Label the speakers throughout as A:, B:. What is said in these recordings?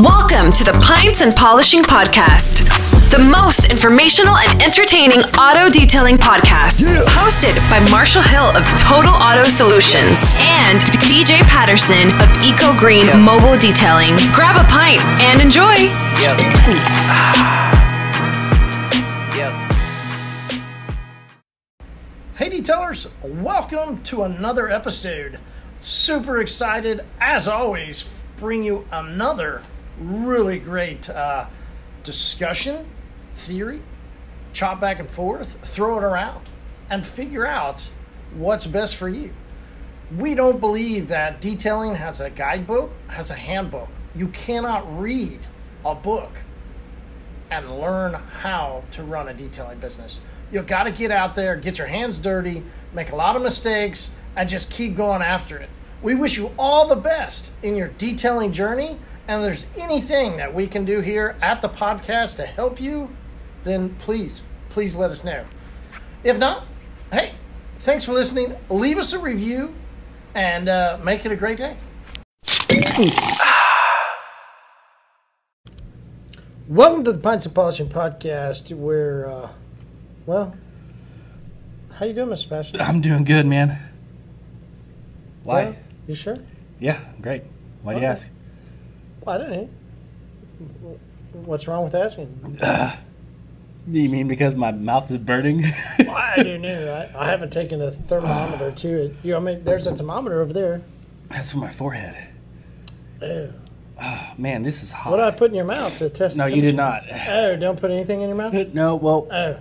A: Welcome to the Pints and Polishing Podcast, the most informational and entertaining auto detailing podcast. Hosted by Marshall Hill of Total Auto Solutions and DJ Patterson of Eco Green Mobile Detailing. Grab a pint and enjoy.
B: Yep. Ah. Yep.
C: Hey detailers, welcome to another episode. Super excited, as always, bring you another really great uh, discussion, theory, chop back and forth, throw it around, and figure out what's best for you. We don't believe that detailing has a guidebook, has a handbook. You cannot read a book and learn how to run a detailing business. You got to get out there, get your hands dirty, make a lot of mistakes, and just keep going after it. We wish you all the best in your detailing journey. And if there's anything that we can do here at the podcast to help you, then please, please let us know. If not, hey, thanks for listening. Leave us a review and uh, make it a great day. Welcome to the Pints and Polishing Podcast, where, uh, well, how you doing, Mr. Sebastian?
D: I'm doing good, man. Why?
C: Well, You sure?
D: Yeah, great. Why do you
C: Okay.
D: ask?
C: Well, I don't know. What's wrong with asking?
D: You mean because my mouth is burning?
C: I don't know. I, I haven't taken a thermometer to it. You, I mean, there's a thermometer over there.
D: That's for my forehead.
C: Ew.
D: Oh, man, this is hot.
C: What did I put in your mouth to test? the
D: No, you did
C: temperature?
D: not.
C: Oh, don't put anything in your mouth.
D: no, well,
C: Oh,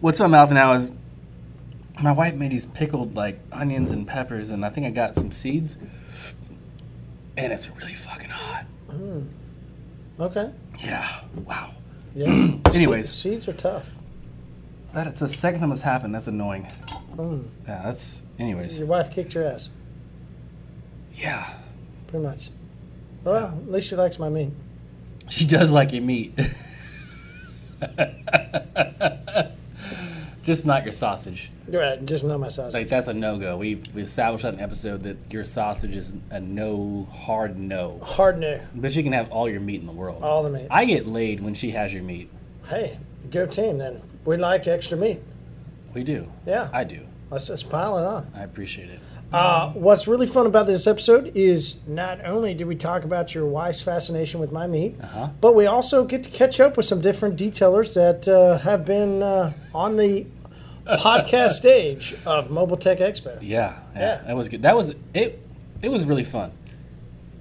D: what's in my mouth now is my wife made these pickled like onions and peppers, and I think I got some seeds. And it's really fucking hot.
C: okay.
D: Yeah. Wow.
C: Yeah.
D: Anyways.
C: Se- seeds are tough.
D: That it's the second time this happened. That's annoying.
C: Mm.
D: Yeah. That's. Anyways.
C: Your wife kicked your ass,
D: Yeah.
C: pretty much. Well, at least she likes my meat.
D: She does like your meat. Just not your sausage.
C: You're right. Just know my size.
D: Like that's a no go. We we established that in an episode that your sausage is a no, hard no.
C: Hard no.
D: But you can have all your meat in the world.
C: All the meat.
D: I get laid when she has your meat.
C: Hey, go team then. We like extra meat.
D: We do.
C: Yeah.
D: I do.
C: Let's just pile it on.
D: I appreciate it.
C: Uh, what's really fun about this episode is not only did we talk about your wife's fascination with my meat,
D: Uh-huh.
C: but we also get to catch up with some different detailers that uh, have been uh, on the podcast stage of Mobile Tech Expo.
D: Yeah, yeah,
C: Yeah.
D: That was good. That was it. It was really fun.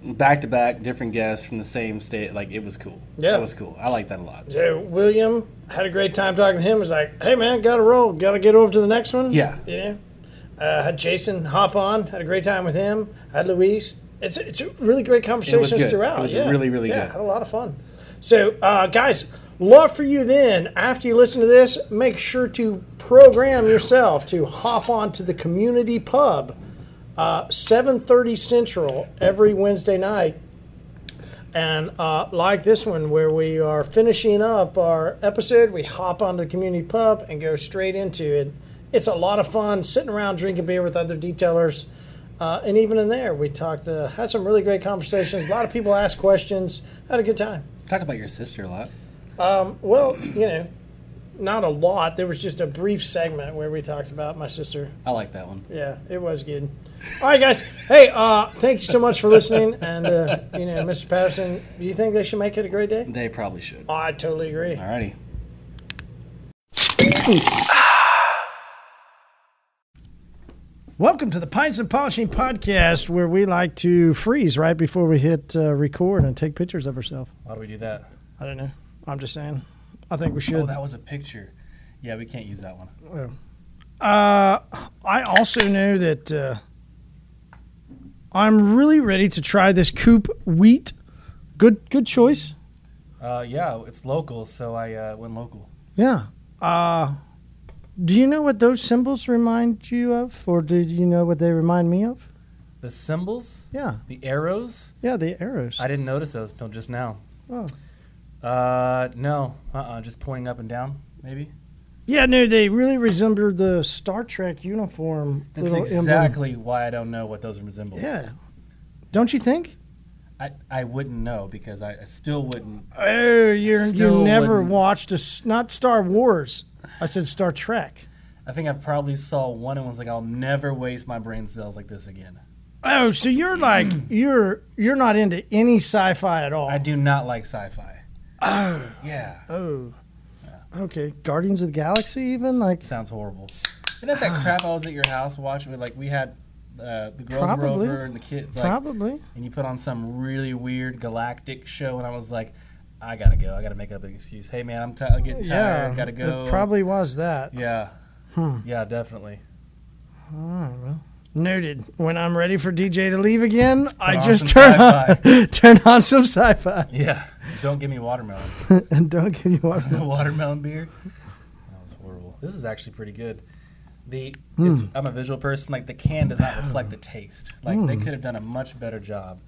D: Back to back, different guests from the same state. Like it was cool.
C: Yeah.
D: that was cool. I like that a lot.
C: So William had a great time talking to him. He's like, "Hey man, got to roll, got to get over to the next one."
D: Yeah.
C: you know. Uh, had Jason hop on, had a great time with him. Had Luis. It's a, it's a really great conversation
D: good.
C: throughout.
D: It was
C: yeah,
D: really, really
C: yeah,
D: good.
C: Had a lot of fun. So uh, guys, love for you. Then after you listen to this, make sure to program yourself to hop on to the community pub, uh, seven thirty central every Wednesday night and uh, like this one, where we are finishing up our episode, we hop onto the community pub and go straight into it. It's a lot of fun sitting around drinking beer with other detailers. Uh, and even in there, we talked, uh, had some really great conversations. A lot of people asked questions, had a good time.
D: Talked about your sister a lot.
C: Well, you know, not a lot. There was just a brief segment where we talked about my sister
D: I like that one.
C: yeah, it was good. All right, guys. Hey, uh, thank you so much for listening. And, uh, you know, Mr. Patterson, do you think they should make it a great day?
D: They probably should.
C: I totally agree.
D: Alrighty.
C: Welcome to the Pints and Polishing Podcast, where we like to freeze right before we hit uh, record and take pictures of ourselves.
D: Why do we do that?
C: I don't know. I'm just saying. I think we
D: Oh,
C: should.
D: that was a picture. Yeah, we can't use that one.
C: Uh, I also know that uh, I'm really ready to try this coop wheat. Good, good choice.
D: Uh, yeah, it's local, so I uh, went local.
C: Yeah. Uh, do you know what those symbols remind you of, or do you know what they remind me of?
E: The symbols,
C: Yeah,
E: the arrows.
C: yeah, the arrows.
E: I didn't notice those until just now.
C: Oh.
E: Uh, no. Uh, uh
D: Uh-uh,
E: Just pointing up and down, maybe.
C: yeah, no, they really resemble the Star Trek uniform.
E: That's
C: little emblem.
E: exactly why I don't know what those resemble.
C: Yeah. Don't you think?
D: I, I wouldn't know because I, I still wouldn't.
C: Oh, you're, you
D: Still
C: never
D: wouldn't-
C: watched a s- not Star Wars. I said Star Trek.
D: I think I probably saw one and was like, I'll never waste my brain cells like this again.
C: Oh, so you're like you're you're not into any sci-fi at all.
D: I do not like sci-fi. Oh. Yeah.
C: Oh. Okay, Guardians of the Galaxy even like
D: Sounds horrible. Isn't that that crap I was at your house watching? With like we had uh, the girls
C: Probably.
D: were over and the kids, like,
C: probably.
D: and you put on some really weird galactic show, and I was like, I gotta go. I gotta make up an excuse. Hey man, I'm ti I'm getting tired.
C: yeah.
D: gotta go.
C: It probably Hmm. was that.
D: Yeah. Yeah, definitely.
C: Noted. When I'm ready for DJ to leave again, I
D: on
C: just
D: some
C: turn on, turn on some sci-fi
D: Yeah. Don't give me watermelon.
C: and don't give you what.
D: the watermelon beer. That was horrible. This is actually pretty good. The
C: Hmm.
D: it's, I'm a visual person. Like the can does not reflect the taste. Like they could have done a much better job.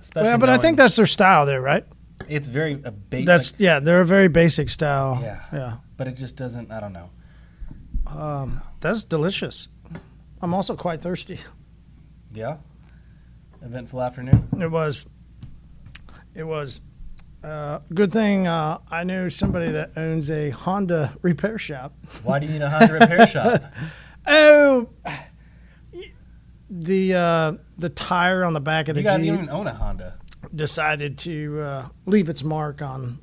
D: Especially
C: Hmm. Yeah, but I think
D: knowing
C: that's their style there, right?
D: it's very a bait.
C: That's yeah, they're a very basic style.
D: Yeah.
C: Yeah.
D: but it just doesn't. I don't know.
C: That's delicious. I'm also quite thirsty.
D: Yeah. Eventful afternoon.
C: It was. It was. Uh, good thing uh, I knew somebody that owns a Honda repair shop.
D: Why do you need a Honda repair shop?
C: Oh, the uh, the tire on the back of the
D: You, got, you
C: Jeep
D: don't even own a Honda.
C: decided to uh, leave its mark on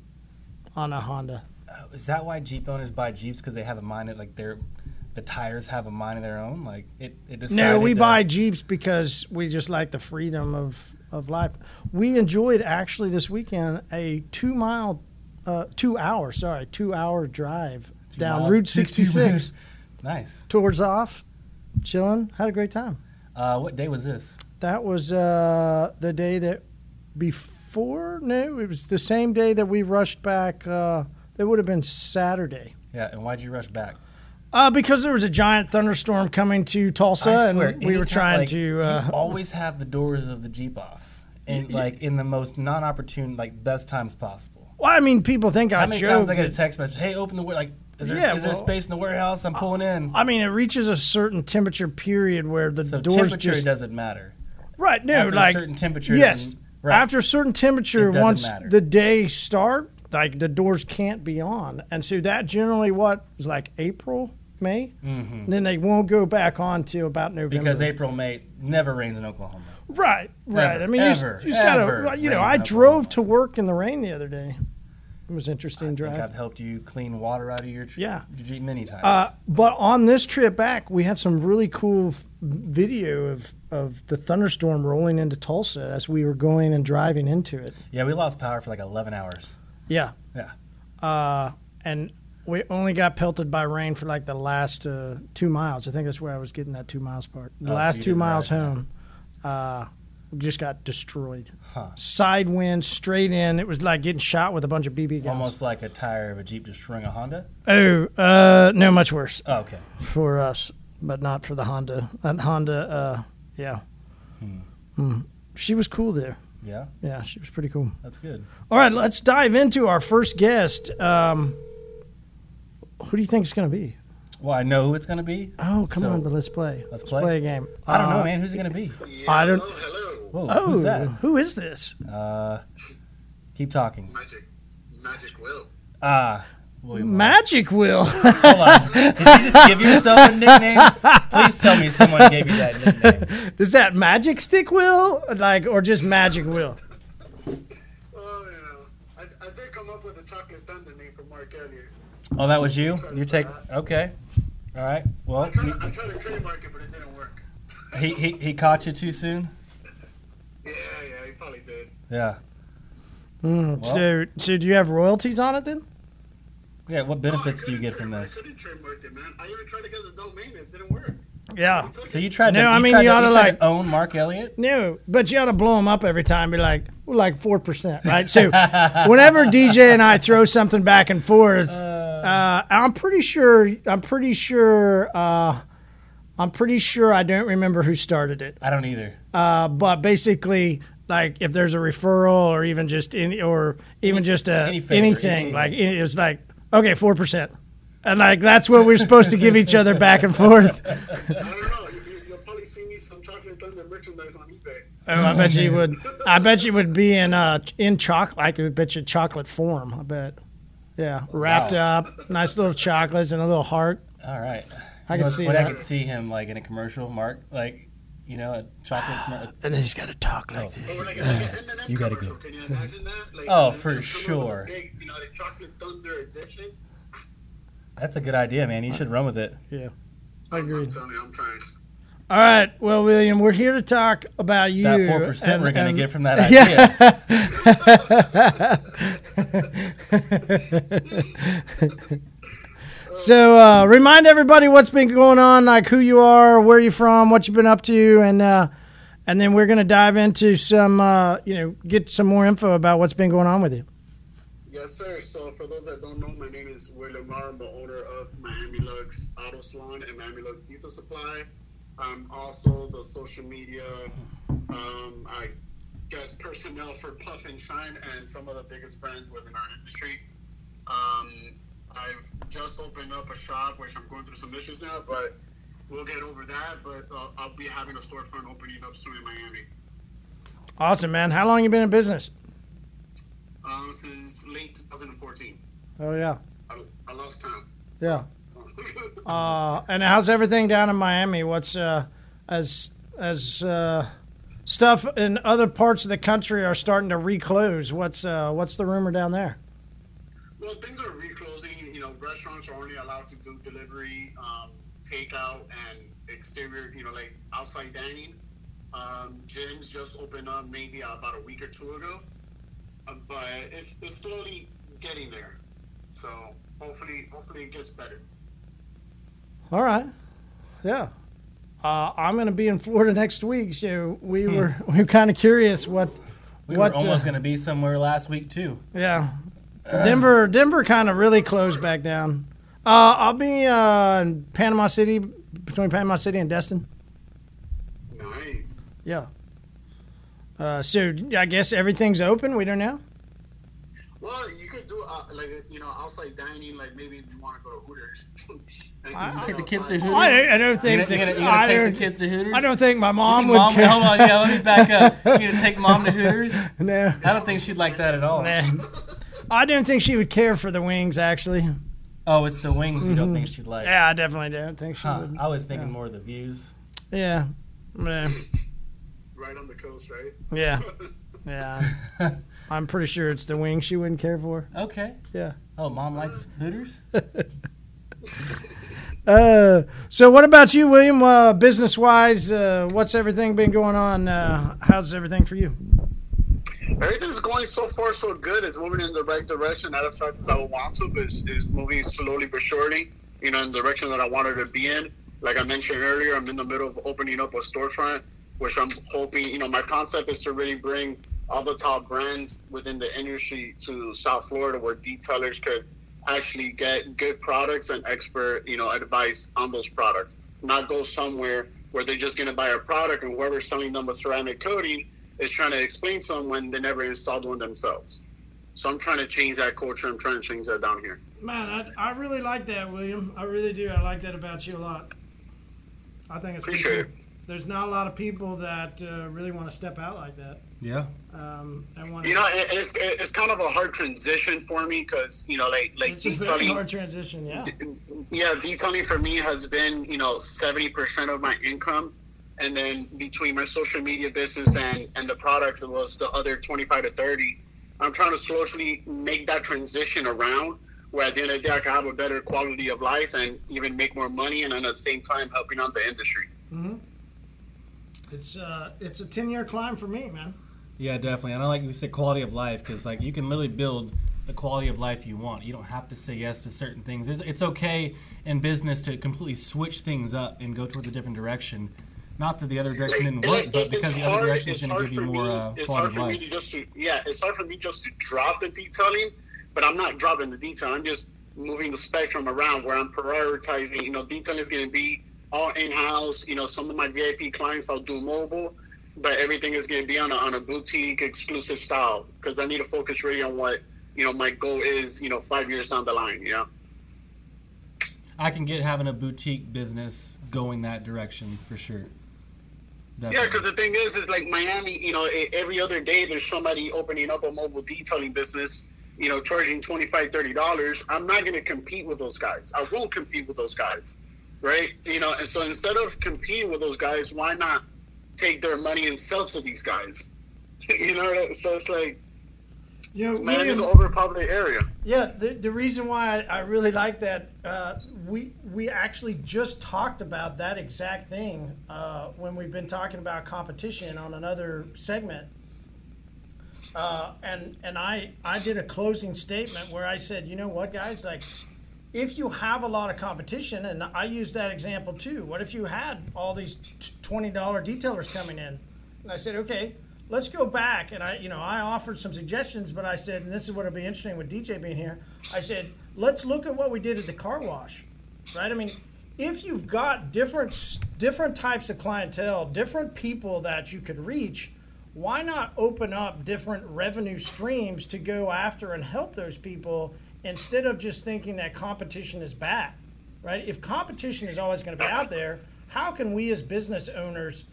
C: on a Honda.
D: Oh, Is that why Jeep owners buy Jeeps because they have a mind that like their the tires have a mind of their own? Like it. it
C: No,
D: decided
C: we
D: to-
C: buy Jeeps because we just like the freedom of, of life. We enjoyed actually this weekend a two mile, uh, two hour, sorry, two hour drive down
D: mile-
C: Route
D: two- two
C: 66
D: Nice.
C: towards off, chilling. Had a great time.
D: Uh, what day was this?
C: That was uh, the day that before, no, it was the same day that we rushed back. Uh, it would have been Saturday.
D: Yeah, and why'd you rush back?
C: Uh, because there was a giant thunderstorm coming to Tulsa,
D: I swear,
C: and we were
D: anytime,
C: trying
D: like,
C: to.
D: you
C: Uh,
D: always have the doors of the Jeep off, and like in the most non-opportune, like best times possible.
C: well, I mean, people think I
D: How many
C: joke.
D: times I
C: that-
D: get a text message? Hey, open the wa- like. Is there,
C: Yeah,
D: is there
C: well-
D: space in the warehouse? I'm pulling in.
C: I mean, it reaches a certain temperature period where the
D: so
C: doors
D: temperature
C: just
D: doesn't matter.
C: right. No,
D: After
C: like
D: a certain temperature.
C: yes,
D: then- right.
C: after a certain temperature,
D: It doesn't
C: once
D: matter.
C: the day start, like the doors can't be on, and so that generally what is like April, May, mm-hmm. then they won't go back on till about November.
D: because April, May never rains in Oklahoma.
C: right, right.
D: Ever,
C: I mean, you just-
D: ever,
C: you just gotta,
D: ever
C: right, you know,
D: rain
C: I
D: in
C: drove
D: Oklahoma.
C: to work in the rain the other day. It was an interesting
D: I think
C: drive.
D: I've helped you clean water out of your tr-
C: Yeah.
D: your Jeep many times.
C: Uh, but on this trip back, we had some really cool f- video of, of the thunderstorm rolling into Tulsa as we were going and driving into it.
D: yeah, we lost power for like 11 hours.
C: Yeah.
D: Yeah.
C: Uh, and we only got pelted by rain for like the last uh, two miles. I think that's where I was getting that two miles part. The
D: Oh, so
C: last
D: you
C: two
D: didn't
C: miles
D: ride, yeah.
C: home, uh, we just got destroyed.
D: Huh.
C: Side wind, straight in. It was like getting shot with a bunch of BB guns.
D: Almost like a tire of a Jeep destroying a Honda.
C: Oh, uh, no, much worse.
D: Oh, okay.
C: for us, but not for the Honda. That Honda, uh, yeah. Hmm. She was cool there.
D: Yeah,
C: Yeah, she was pretty cool.
D: that's good.
C: All right, let's dive into our first guest. Um, who do you think it's going to be?
D: Well, I know who it's going to be.
C: Oh, come
D: So,
C: on, but let's play.
D: let's play?
C: a game.
D: I don't know,
C: Uh,
D: man. Who's it going to be?
E: Yeah,
C: I don't-
E: Hello, hello.
D: Whoa,
C: Oh,
D: who's that?
C: who is this?
D: Uh, keep talking.
E: Magic, magic will.
D: Ah, William.
C: Magic Will.
D: Hold on. Did you just give yourself a nickname? Please tell me someone gave you that nickname.
C: is that Magic Stick Will, like, or just Magic Will?
E: Oh, you know, I, I did come up with a chocolate thunder name for Mark earlier.
D: Oh, that was you. You take. Okay. All right.
E: I
D: Well,
E: tried, I tried to trademark it, but it didn't work.
D: he, he he caught you too soon.
E: Yeah, yeah, he probably did.
D: Yeah.
C: Mm, so, so do you have royalties on it then?
D: Yeah. What
E: Oh, I
D: benefits do you
E: couldn't
D: get from
E: trademark-
D: this?
E: I couldn't trademark it, man. I even tried to get the domain, it didn't work.
C: Yeah.
E: Took
D: So
E: it.
D: you tried to.
C: No, I mean,
D: tried
C: you
D: to,
C: oughta
D: tried
C: like-
D: to own Mark Elliott.
C: No, but you ought to blow him up every time. Be like, we're like four percent, right? So, whenever DJ and I throw something back and forth, uh, I'm pretty sure. I'm pretty sure. Uh, I'm pretty sure I don't remember who started it.
D: I don't either.
C: Uh, but basically, like if there's a referral or even just any or even just a,
D: any favor,
C: anything,
D: anything.
C: like it it's like okay, four percent, and like that's what we're supposed to give each other back and forth.
E: I don't know. You, you, you'll probably see me some chocolate thunder merchandise on eBay.
C: Oh, I bet you would. I bet you would be in uh in chocolate. I could bet you chocolate form. I bet. Yeah, wrapped up, nice little chocolates and a little heart.
D: All right.
C: I
D: You
C: can
D: know,
C: see
D: when
C: that.
D: I could see him like in a commercial, Mark, like you know, a chocolate. commer-
C: And then he's got to talk
D: Oh,
C: like this.
E: Or like a, like an M&M
D: Uh, You gotta
E: commercial, Can you imagine that? Like,
D: Oh,
E: they
D: for
E: just come up with
D: sure.
E: a Big, you know, the chocolate thunder edition.
D: That's a good idea, man. You should run with it.
C: I agree.
E: I'm telling you, I'm trying.
C: All right, well, William, we're here to talk about you.
D: That four percent
C: and-
D: we're gonna
C: and-
D: get from that idea.
C: So, uh, remind everybody what's been going on, like who you are, where you're from, what you've been up to, and uh, and then we're gonna dive into some, uh, you know, get some more info about what's been going on with you.
E: Yes, sir. So, for those that don't know, my name is William Lamar. I'm the owner of Miami Lux Auto Salon and Miami Lux Diesel Supply. I'm also the social media, um, I guess, personnel for Puff and Shine and some of the biggest brands within our industry. Um, I've just opened up a shop, which I'm going through some issues now, but we'll get over that. But uh, I'll be having a storefront opening up soon in Miami.
C: Awesome, man. How long you been in business?
E: Um, since late 2014.
C: Oh yeah,
E: I, I lost time.
C: yeah. Uh, and how's everything down in Miami? What's uh, as as uh, stuff in other parts of the country are starting to reclose? What's uh, what's the rumor down there?
E: Well, things are reclosing. You know, restaurants are only allowed to do delivery, um, takeout, and exterior. You know, like outside dining. Um, gyms just opened up maybe about a week or two ago, uh, but it's, it's slowly getting there. So hopefully, hopefully it gets better.
C: All right. Yeah. Uh, I'm going to be in Florida next week, so we were we were kind of curious what
D: Hmm. We
C: what
D: were almost
C: uh,
D: gonna be somewhere last week too.
C: yeah. Denver Denver kind of really closed back down. Uh, I'll be uh, in Panama City between Panama City and Destin.
E: Nice.
C: Yeah. Uh, so I guess everything's open. We don't know.
E: Well, you could do uh, like you know outside dining, like maybe if you want to go to Hooters. Like,
C: I-
E: sit
C: I-
F: Take the kids to
E: outside.
F: Hooters.
C: I, I don't think
D: You gonna, you
C: that-
F: gonna
C: I,
F: take
C: don't,
F: the kids to Hooters?
C: I don't think my mom would.
F: Mom,
C: care.
F: hold on, yeah, let me back up. You gonna take mom to Hooters?
C: No.
F: I don't think she'd like that at all.
C: I don't think she would care for the wings. Actually,
D: Oh, it's the wings you don't think she'd like.
C: Mm-hmm. yeah, I definitely don't think she
D: Huh,
C: would.
D: I was thinking more of the views.
C: Yeah. Yeah.
E: Right on the coast, right?
C: Yeah. Yeah. I'm pretty sure it's the wing she wouldn't care for.
D: Okay.
C: Yeah.
D: Oh, mom likes Hooters?
C: Uh, so what about you, William? Uh, business wise, uh, what's everything been going on? Uh, how's everything for you?
E: Everything's going so far so good. It's moving in the right direction, not as fast as I would want to, but it's, it's moving slowly but surely, you know, in the direction that I wanted to be in. Like I mentioned earlier, I'm in the middle of opening up a storefront, which I'm hoping, you know, my concept is to really bring all the top brands within the industry to South Florida where detailers could actually get good products and expert, you know, advice on those products. Not go somewhere where they're just going to buy a product and whoever's selling them a ceramic coating is trying to explain something when they never installed one themselves. So I'm trying to change that culture. I'm trying to change that down here.
C: Man, I, I really like that, William. I really do. I like that about you a lot. I think it's pretty
E: Appreciate
C: cool. There's not a lot of people that uh, really want to step out like that.
D: Yeah.
C: Um, and want
E: You know, it, it's it's kind of a hard transition for me because you know, like like
C: it's a very
E: detailing,
C: hard transition. Yeah.
E: yeah, detailing for me has been you know seventy percent of my income, and then between my social media business and and the products, it was the other twenty five to thirty. I'm trying to slowly make that transition around where at the end of the day I can have a better quality of life and even make more money, and then at the same time helping out the industry.
C: It's uh, it's a ten year climb for me, man.
D: Yeah, definitely. And I like you said quality of life because like you can literally build the quality of life you want. You don't have to say yes to certain things. There's, it's okay in business to completely switch things up and go towards a different direction. Not that the other direction didn't
E: And
D: work,
E: it-
D: but
E: it-
D: because
E: it's
D: the other
E: hard-
D: direction is
E: it's
D: going to
E: hard
D: give you
E: for
D: more
E: me-
D: uh,
E: it's
D: quality
E: hard for
D: of
E: me
D: life.
E: to just to- yeah, it's hard for me just to drop the detailing, but I'm not dropping the detail. I'm just moving the spectrum around where I'm prioritizing. You know, detailing is going to be all in house. You know, some of my VIP clients I'll do mobile, but everything is going to be on a, on a boutique exclusive style because I need to focus really on what you know my goal is. You know, five years down the line. You know.
D: I can get having a boutique business going that direction for sure.
E: Yeah, because the thing is, is like Miami. You know, e- every other day there's somebody opening up a mobile detailing business. You know, charging 25 30 dollars. I'm not going to compete with those guys. I won't compete with those guys, right? You know, and so instead of competing with those guys, why not take their money and sell to these guys? you know, what I- so it's like
C: You know,
E: Miami's
C: William-
E: over populated area.
C: Yeah, the, the reason why I, I really like that, uh, we we actually just talked about that exact thing uh, when we've been talking about competition on another segment. Uh, and and I I did a closing statement where I said, you know what, guys, like if you have a lot of competition, and I use that example too. What if you had all these t- twenty dollar detailers coming in? And I said, okay, let's go back. And I, you know, I offered some suggestions, but I said, and this is what would be interesting with DJ being here. I said, let's look at what we did at the car wash, right? I mean, if you've got different s- different types of clientele, different people that you could reach, why not open up different revenue streams to go after and help those people instead of just thinking that competition is bad, right? If competition is always going to be out there, how can we as business owners,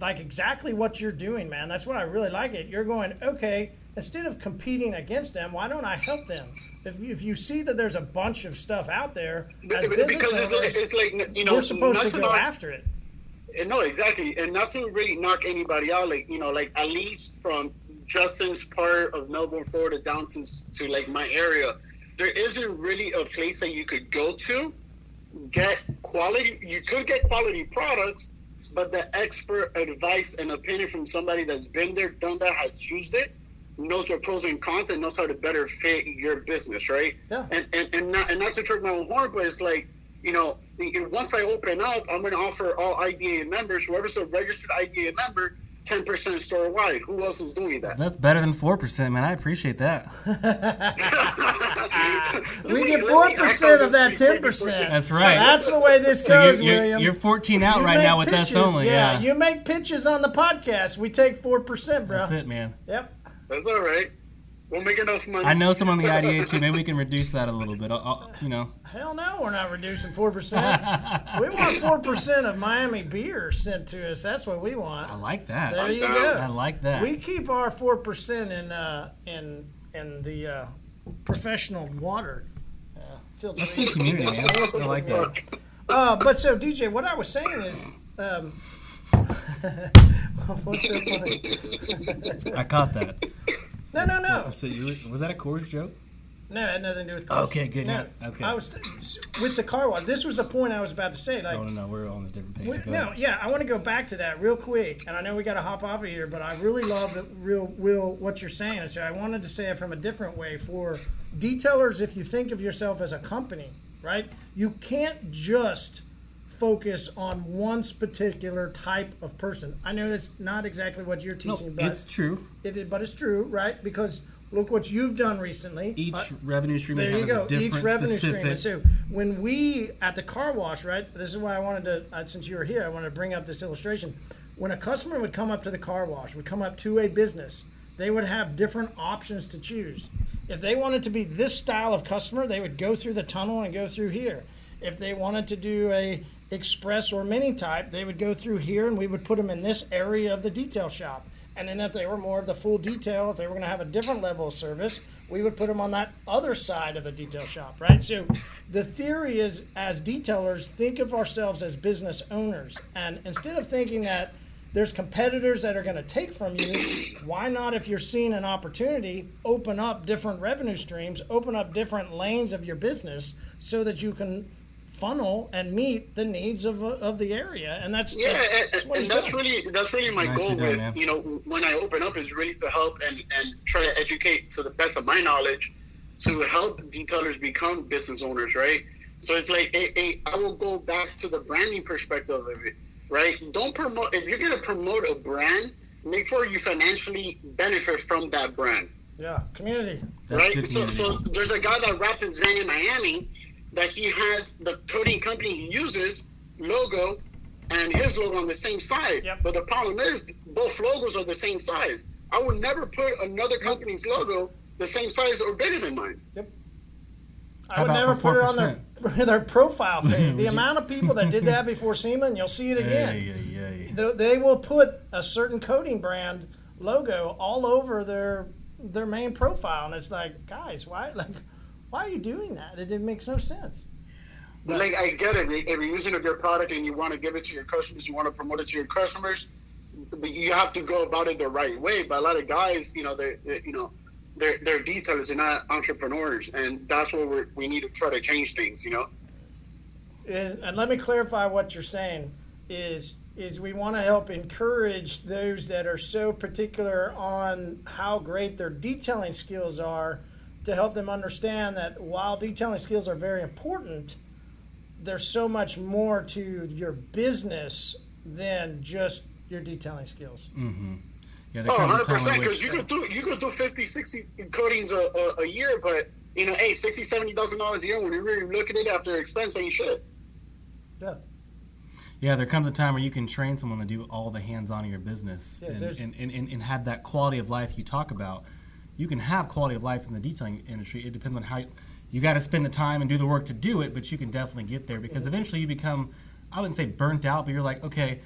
C: like exactly what you're doing, man? That's what I really like it. You're going, okay, instead of competing against them, why don't I help them? If, if you see that there's a bunch of stuff out there, as
E: Because
C: business
E: it's like,
C: owners,
E: it's like you know,
C: we're supposed
E: not
C: to go
E: knock-
C: after it.
E: And Eh, no, exactly, and not to really knock anybody out. Like you know, like at least from Justin's part of Melbourne, Florida, down to to like my area, there isn't really a place that you could go to get quality. You could get quality products, but the expert advice and opinion from somebody that's been there, done that, has used it, knows their pros and cons, and knows how to better fit your business, right?
C: Yeah.
E: And and, and not and not to trick my own horn, but it's like you know, i- once I open up, I'm going to offer all IDA members, whoever's a registered IDA member, ten percent store wide. Who else is doing that?
D: That's better than four percent, man. I appreciate that.
C: We
E: Let
C: get
E: me-
C: four
E: let me echo
C: percent of
E: this
C: that
E: before
C: ten
E: you
C: percent.
D: That's right.
C: That's the way this
D: So
C: goes,
D: you're, you're-
C: William.
D: you're 14 out
C: You
D: right
C: make
D: now with us
C: pitches,
D: only. Yeah,
C: you make pitches on the podcast. We take four percent, bro.
D: that's it, man.
C: Yep.
E: That's all right. We'll make enough money.
D: I know someone in the IDA too. Maybe we can reduce that a little bit. I'll, I'll- you know,
C: Hell no, we're not reducing four percent. we want four percent of Miami beer sent to us. That's what we
D: I
C: want.
D: like that.
C: There you
E: down.
D: I
C: go.
D: like that.
C: We keep our four percent in uh, in in the uh, professional water. Uh,
D: Good
C: filtration.
D: community, man. I like that.
C: uh, but so DJ, what I was saying is, um, what's so funny?
D: I caught that.
C: No, no, no.
D: Oh, So you, was that a Coors joke?
C: No, it had nothing to do with cars.
D: Okay, good.
C: No,
D: yeah, Okay.
C: I was with the car wash. This was the point I was about to say. Like,
D: No, no, no. We're on a different page.
C: we-
D: Go
C: no,
D: ahead.
C: yeah, I want to go back to that real quick, and I know we got to hop off of here, but I really love the real will what you're saying. And So I wanted to say it from a different way for detailers. If you think of yourself as a company, right, you can't just focus on one particular type of person. I know that's not exactly what you're
D: No,
C: teaching, but
D: it's true.
C: it is- but it's true, right? Because look what you've done recently.
D: Each
C: Uh,
D: revenue stream
C: there
D: has
C: you
D: a
C: go.
D: different
C: Each revenue stream.
D: specific.
C: And so when we at the car wash, right? This is why I wanted to, uh, since you were here, I wanted to bring up this illustration. When a customer would come up to the car wash, would come up to a business, they would have different options to choose. If they wanted to be this style of customer, they would go through the tunnel and go through here. If they wanted to do a express or mini type, they would go through here and we would put them in this area of the detail shop. And then if they were more of the full detail, if they were going to have a different level of service, we would put them on that other side of the detail shop, right? So the theory is as detailers, think of ourselves as business owners. And instead of thinking that there's competitors that are going to take from you, why not, if you're seeing an opportunity, open up different revenue streams, open up different lanes of your business so that you can funnel and meet the needs of, of the area. And that's,
E: Yeah,
C: that's,
E: and,
C: that's what
E: and
C: he's
E: that's
C: done.
E: really that's really my
D: Nicely
E: goal
D: done,
E: with
D: man.
E: you know when I open up is really to help and and try to educate to the best of my knowledge to help detailers become business owners, right? So it's like a, a, I will go back to the branding perspective of it, right? Don't promote if you're gonna promote a brand, make sure you financially benefit from that brand
C: Yeah, community.
D: That's
E: right?
D: good
E: So,
D: community.
E: so there's a guy that wrapped his van in Miami that he has the coating company he uses logo and his logo on the same side.
C: Yep.
E: But the problem is both logos are the same size. I would never put another company's logo the same size or bigger than mine.
C: Yep. I
D: How
C: would
D: about
C: never
D: for
C: put it on their, their profile page. The amount of people that did that before SEMA, and you'll see it again.
D: Ay, ay, ay.
C: They, they will put a certain coding brand logo all over their their main profile, and it's like, guys, why like why are you doing that? It, it makes no sense.
E: Like I get it. If you're using a good product and you want to give it to your customers, you want to promote it to your customers, but you have to go about it the right way. But a lot of guys, you know, they're they're- you know, they're they're detailers, they're not entrepreneurs, and that's where we we need to try to change things. You know,
C: And, and let me clarify what you're saying is is we want to help encourage those that are so particular on how great their detailing skills are to help them understand that while detailing skills are very important, there's so much more to your business than just your detailing skills.
D: Yeah, there
E: oh,
D: comes
E: 100
D: a time
E: percent.
D: in
E: Because
D: which
E: you could do you could do 50, 60 coatings a, a, a year, but you know, hey, sixty, seventy thousand dollars a year when you really look at it after expense ain't shit.
C: Yeah.
D: yeah, there comes a time where you can train someone to do all the hands-on of your business
C: Yeah,
D: and,
C: there's-
D: and, and, and, and have that quality of life you talk about. You can have quality of life in the detailing industry. It depends on how you, you got to spend the time and do the work to do it, but you can definitely get there because eventually you become, I wouldn't say burnt out, but you're like, okay,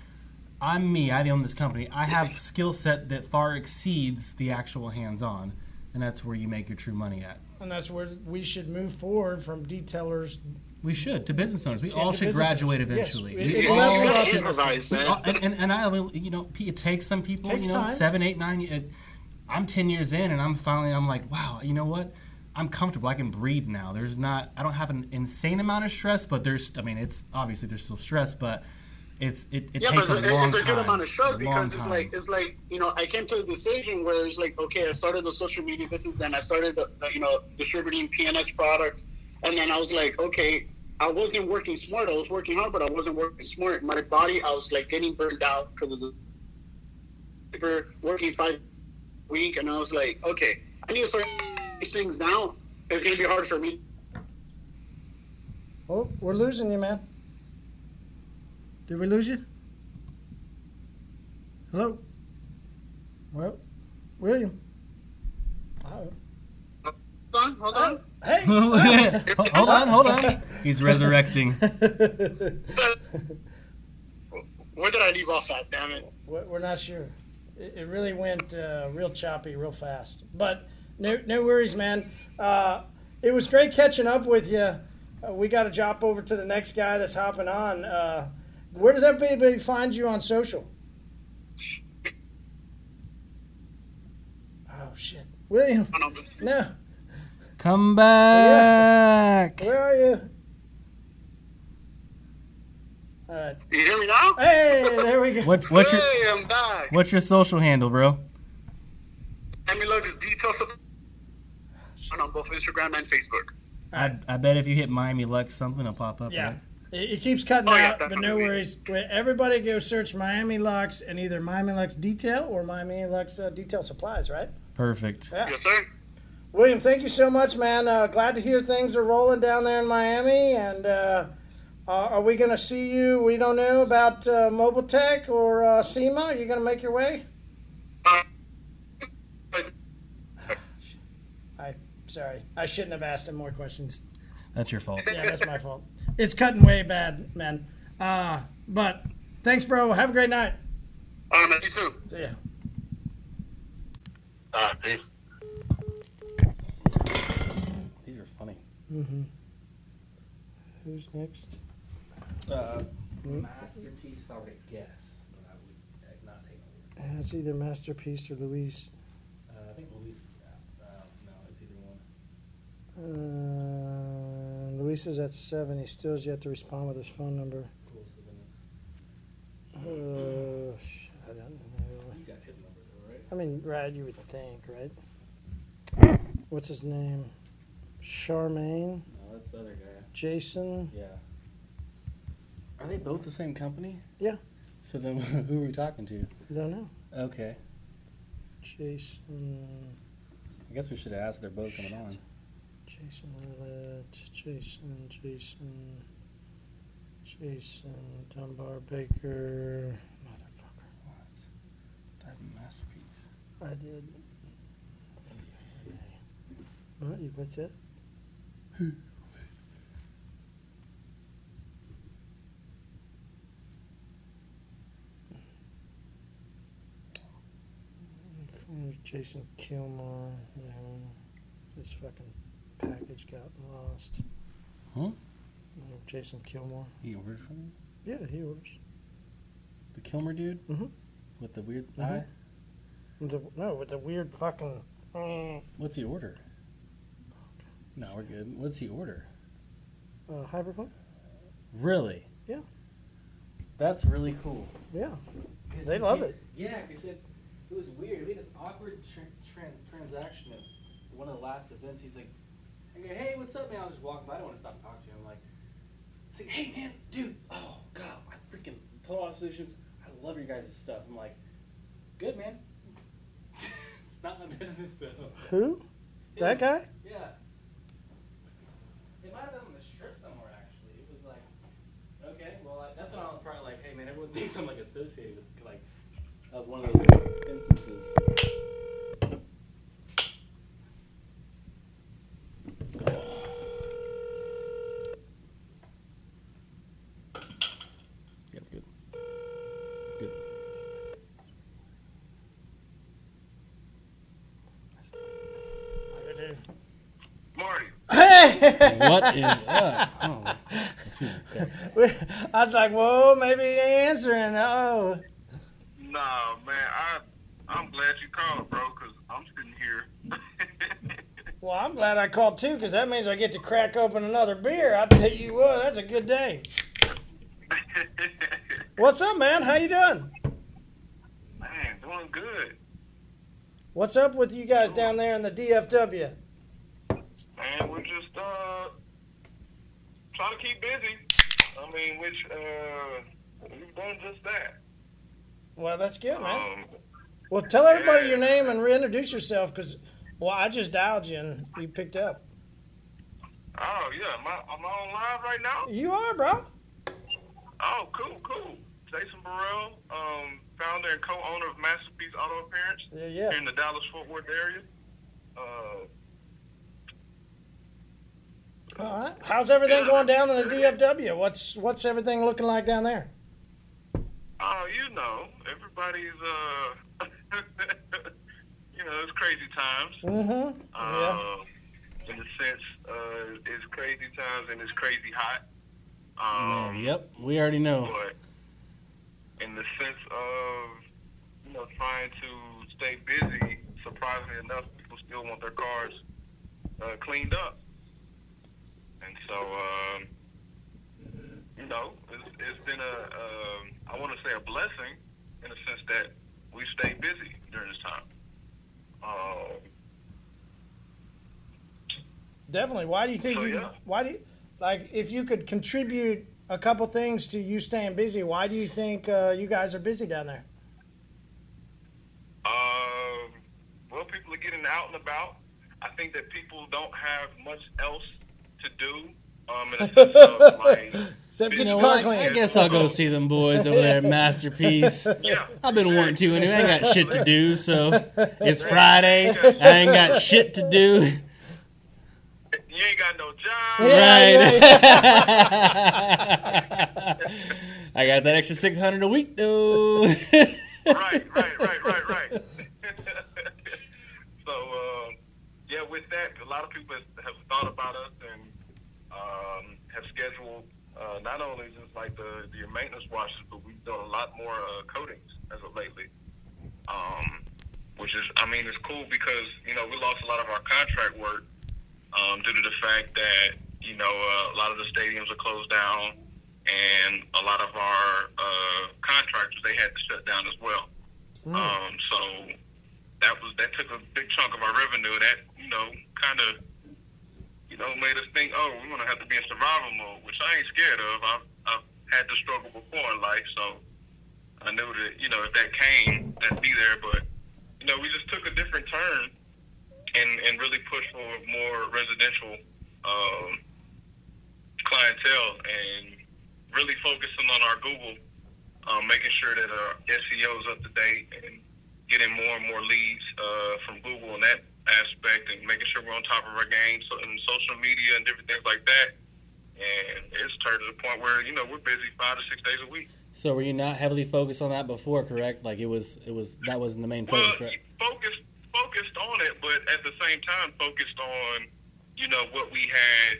D: I'm me. I own this company. I have skill set that far exceeds the actual hands-on, and that's where you make your true money at.
C: And that's where we should move forward from detailers.
D: We should to business owners. We
C: to
D: all should
C: business
D: graduate
C: owners. Yes,
D: eventually.
C: it-
D: We
C: it
E: You,
D: all
C: levels
E: gotta
C: up
D: should-
E: improvise, man.
D: Uh, and, and, and I, will- you know, Pete, it takes some people,
C: Takes
D: you know,
C: time.
D: seven, eight, nine. It, I'm 10 years in, and I'm finally, I'm like, wow, you know what? I'm comfortable. I can breathe now. There's not, I don't have an insane amount of stress, but there's, I mean, it's obviously there's still stress, but it's, it, it
E: Yeah, but
D: takes
E: it's a,
D: a long
E: it's a
D: time.
E: good amount of
D: a
E: stress
D: long
E: because it's
D: time.
E: like it's like you know I came to a decision where it's like okay I started the social media business then I started the, the you know distributing PNS products and then I was like okay I wasn't working smart I was working hard but I wasn't working smart my body I was like getting burned out because of the for working five week and I was like okay I need to start these things now it's gonna be hard for me
C: Oh, we're losing you, man. Did we lose you? Hello? Well, William. Uh-oh.
E: hold on hold on
C: Hey,
D: hold on, hold on. He's resurrecting.
E: where did I leave off at damn it
C: we're we're not sure. It, it really went uh, real choppy, real fast. But no, no worries, man. Uh, it was great catching up with you. Uh, we got to jump over to the next guy that's hopping on. Uh, where does everybody find you on social? Oh shit, William.
E: I don't know.
C: No,
D: Come back.
C: where are you? All right.
E: you hear me now
C: Hey, there we go.
D: What, what's your,
E: hey I'm back.
D: what's your social handle, bro?
E: Let me look his details up on both Instagram and Facebook.
D: I, I bet if you hit Miami Lux, something will pop up.
C: Yeah.
D: right?
C: It, it keeps cutting
E: Oh, yeah,
C: out, but no
E: definitely.
C: worries. Well, Everybody go search Miami Lux and either Miami Lux Detail or Miami Lux uh, Detail Supplies, right?
D: Perfect.
E: Yes, sir.
C: William, thank you so much, man. Uh, glad to hear things are rolling down there in Miami. And uh, are are we going to see you? We don't know about uh, Mobile Tech or uh, SEMA. Are you going to make your way?
E: Uh,
C: I sorry, I shouldn't have asked him more questions.
D: That's your fault.
C: Yeah, that's my fault. It's cutting way bad, man. Uh, but thanks, bro. Have a great night.
E: um, you too.
C: See ya.
E: Uh, peace.
D: These are funny.
C: Who's next?
D: Uh, masterpiece, I would guess, but I would not take over.
C: It's either Masterpiece or Luis.
D: Uh, I think Luis is out. Uh, no, it's either one.
C: Uh, Luis is at seven. He still has yet to respond with his phone number. Uh, sh- I don't know.
D: You got his number, though, right?
C: I mean, Rad, you would think, right? What's his name? Charmaine,
D: No, that's the other guy.
C: Jason.
D: Yeah. Are they both the same company?
C: Yeah.
D: So then, who are we talking to?
C: I don't know.
D: Okay.
C: Jason.
D: I guess we should ask. They're both coming on.
C: Jason Willett, Jason, Jason, Jason Dunbar Baker. Motherfucker,
D: Type in masterpiece.
C: I did. What? You- What's it? Jason Kilmer. Yeah, this fucking package got lost.
G: Huh?
C: Yeah, Jason Kilmer.
G: He ordered from you?
C: Yeah, he orders.
G: The Kilmer dude?
C: Mhm.
G: With the weird
C: Mhm.
G: eye?
C: The, no, with the weird fucking. Uh,
G: What's he order? No, we're good. What's he order?
C: hyperpunk?
G: Really?
C: Yeah.
G: That's really cool.
C: Yeah. They love it.
D: Yeah, because it, it was weird. We had this awkward tr- tran- transaction at one of the last events. He's like, I go, hey, what's up, man? I was just walking by. I don't want to stop and talk to him. Like, he's like, hey, man, dude. Oh, God, I freaking Total Auto Solutions. I love your guys' stuff. I'm like, good, man. it's not my business, though.
C: Who? That guy?
D: Yeah. It might have been on the strip somewhere actually. It was like, okay, well I, that's when I was probably like, hey man, everyone thinks I'm like associated with like. That was one of those instances.
G: Yep, good. Good.
H: Marty.
G: What is up? Oh, excuse me. Sorry.
C: I was like, whoa, maybe he ain't answering. Oh,
H: Nah, man, I I'm glad you called, bro, because I'm sitting here.
C: well, I'm glad I called too, because that means I get to crack open another beer. I tell you what, that's a good day. What's up, man? How you doing?
H: man, doing good.
C: What's up with you guys down there in the DFW?
H: Man, we're just uh trying to keep busy. I mean, which uh we've done just that.
C: Well, that's good, man.
H: Um,
C: Well, tell everybody your name and reintroduce yourself, because well, I just dialed you and you picked up.
H: oh yeah, am I, am I on live right now?
C: You are, bro.
H: Oh, cool, cool. Jason Burrell, um, founder and co-owner of Masterpiece Auto Appearance
C: Yeah, yeah.
H: here in the Dallas-Fort Worth area. Uh,
C: All right. How's everything going down in the DFW? What's what's everything looking like down there?
H: Oh, you know, everybody's uh, you know, it's crazy times.
C: Mm-hmm. Yeah.
H: Uh, in the sense, uh, it's crazy times and it's crazy hot. Um,
G: Yep, we already know.
H: But in the sense of you know trying to stay busy, surprisingly enough, people still want their cars uh, cleaned up, and so um, you know it's, it's been a um, I want to say a blessing in the sense that we stay busy during this time. Um,
C: Definitely. Why do you think
H: So,
C: you
H: yeah.
C: why do you like if you could contribute a couple things to you staying busy, why do you think uh, you guys are busy down there?
H: Um, well, people are getting out and about. I think that people don't have much else to do. Um, in a sense of like,
C: Except
H: You
C: get
G: You know what?
C: your car
H: It's kinda
G: I
C: clean.
G: guess I'll go see them boys over there at Masterpiece.
H: yeah,
G: I've been wanting to anyway. I ain't got shit to do, so it's Friday. I ain't got shit to do.
H: you ain't got no job.
C: Yeah, yeah,
G: right.
C: yeah.
G: I got that extra six hundred a week though.
H: right, right, right, right, right. so, um, yeah, with that, a lot of people have, have thought about us and um, have scheduled uh, not only just like the, the maintenance washes, but we've done a lot more uh, coatings as of lately. Um, which is, I mean, it's cool because, you know, we lost a lot of our contract work um, due to the fact that, you know, uh, a lot of the stadiums are closed down and a lot of our uh, contractors they had to shut down as well. Um, so that was that took a big chunk of our revenue. That you know kind of you know made us think, oh, we're gonna have to be in survival mode, which I ain't scared of. I've I've had the struggle before in life, so I knew that you know if that came, that'd be there. But you know we just took a different turn and and really pushed for more residential. Um, clientele and really focusing on our Google, um, making sure that our SEO is up to date and getting more and more leads uh, from Google in that aspect and making sure we're on top of our game so in social media and different things like that. And it's turned to the point where, you know, we're busy five to six days a week.
G: so were you not heavily focused on that before, correct? Like it was it was that wasn't the main
H: Well,
G: focus, right?
H: focused focused on it, but at the same time focused on you know what we had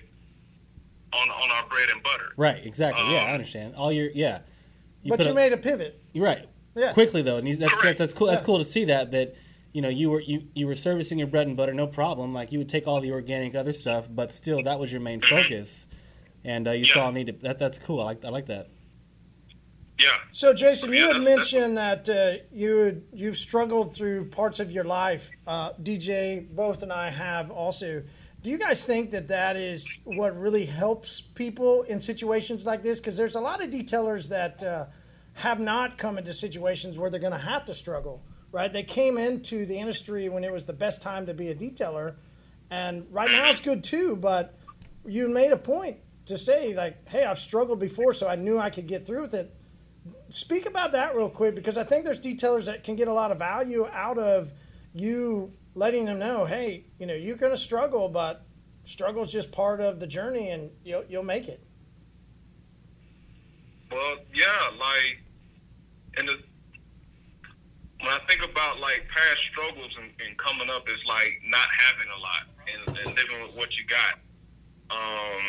H: on on our bread and butter.
D: Right, exactly. yeah, I understand. All your yeah. You
C: Uh, but
D: put
C: you
D: up-
C: made a pivot.
D: you're right.
C: Yeah.
D: Quickly though, and you- that's that's,
H: Correct.
D: that's cool. That's cool to see that that you know you were you, you were servicing your bread and butter, no problem. Like you would take all the organic other stuff, but still that was your main focus, and uh, you
H: Yeah.
D: saw a need to that. That's cool. I like I like that.
H: Yeah.
C: So, Jason, you
H: Yeah,
C: had
H: that's-
C: mentioned that uh, you had- you've struggled through parts of your life. Uh, DJ, both and I have also. Do you guys think that that is what really helps people in situations like this? Because there's a lot of detailers that uh, have not come into situations where they're going to have to struggle. Right? They came into the industry when it was the best time to be a detailer, and right now it's good too. But you made a point to say like, "Hey, I've struggled before, so I knew I could get through with it." speak about that real quick because I think there's detailers that can get a lot of value out of you letting them know, hey, you know, you're going to struggle, but struggle's just part of the journey, and you'll you'll make it.
H: Well, yeah, like, and the, when I think about like past struggles and, and coming up, it's like not having a lot and, and living with what you got. Um,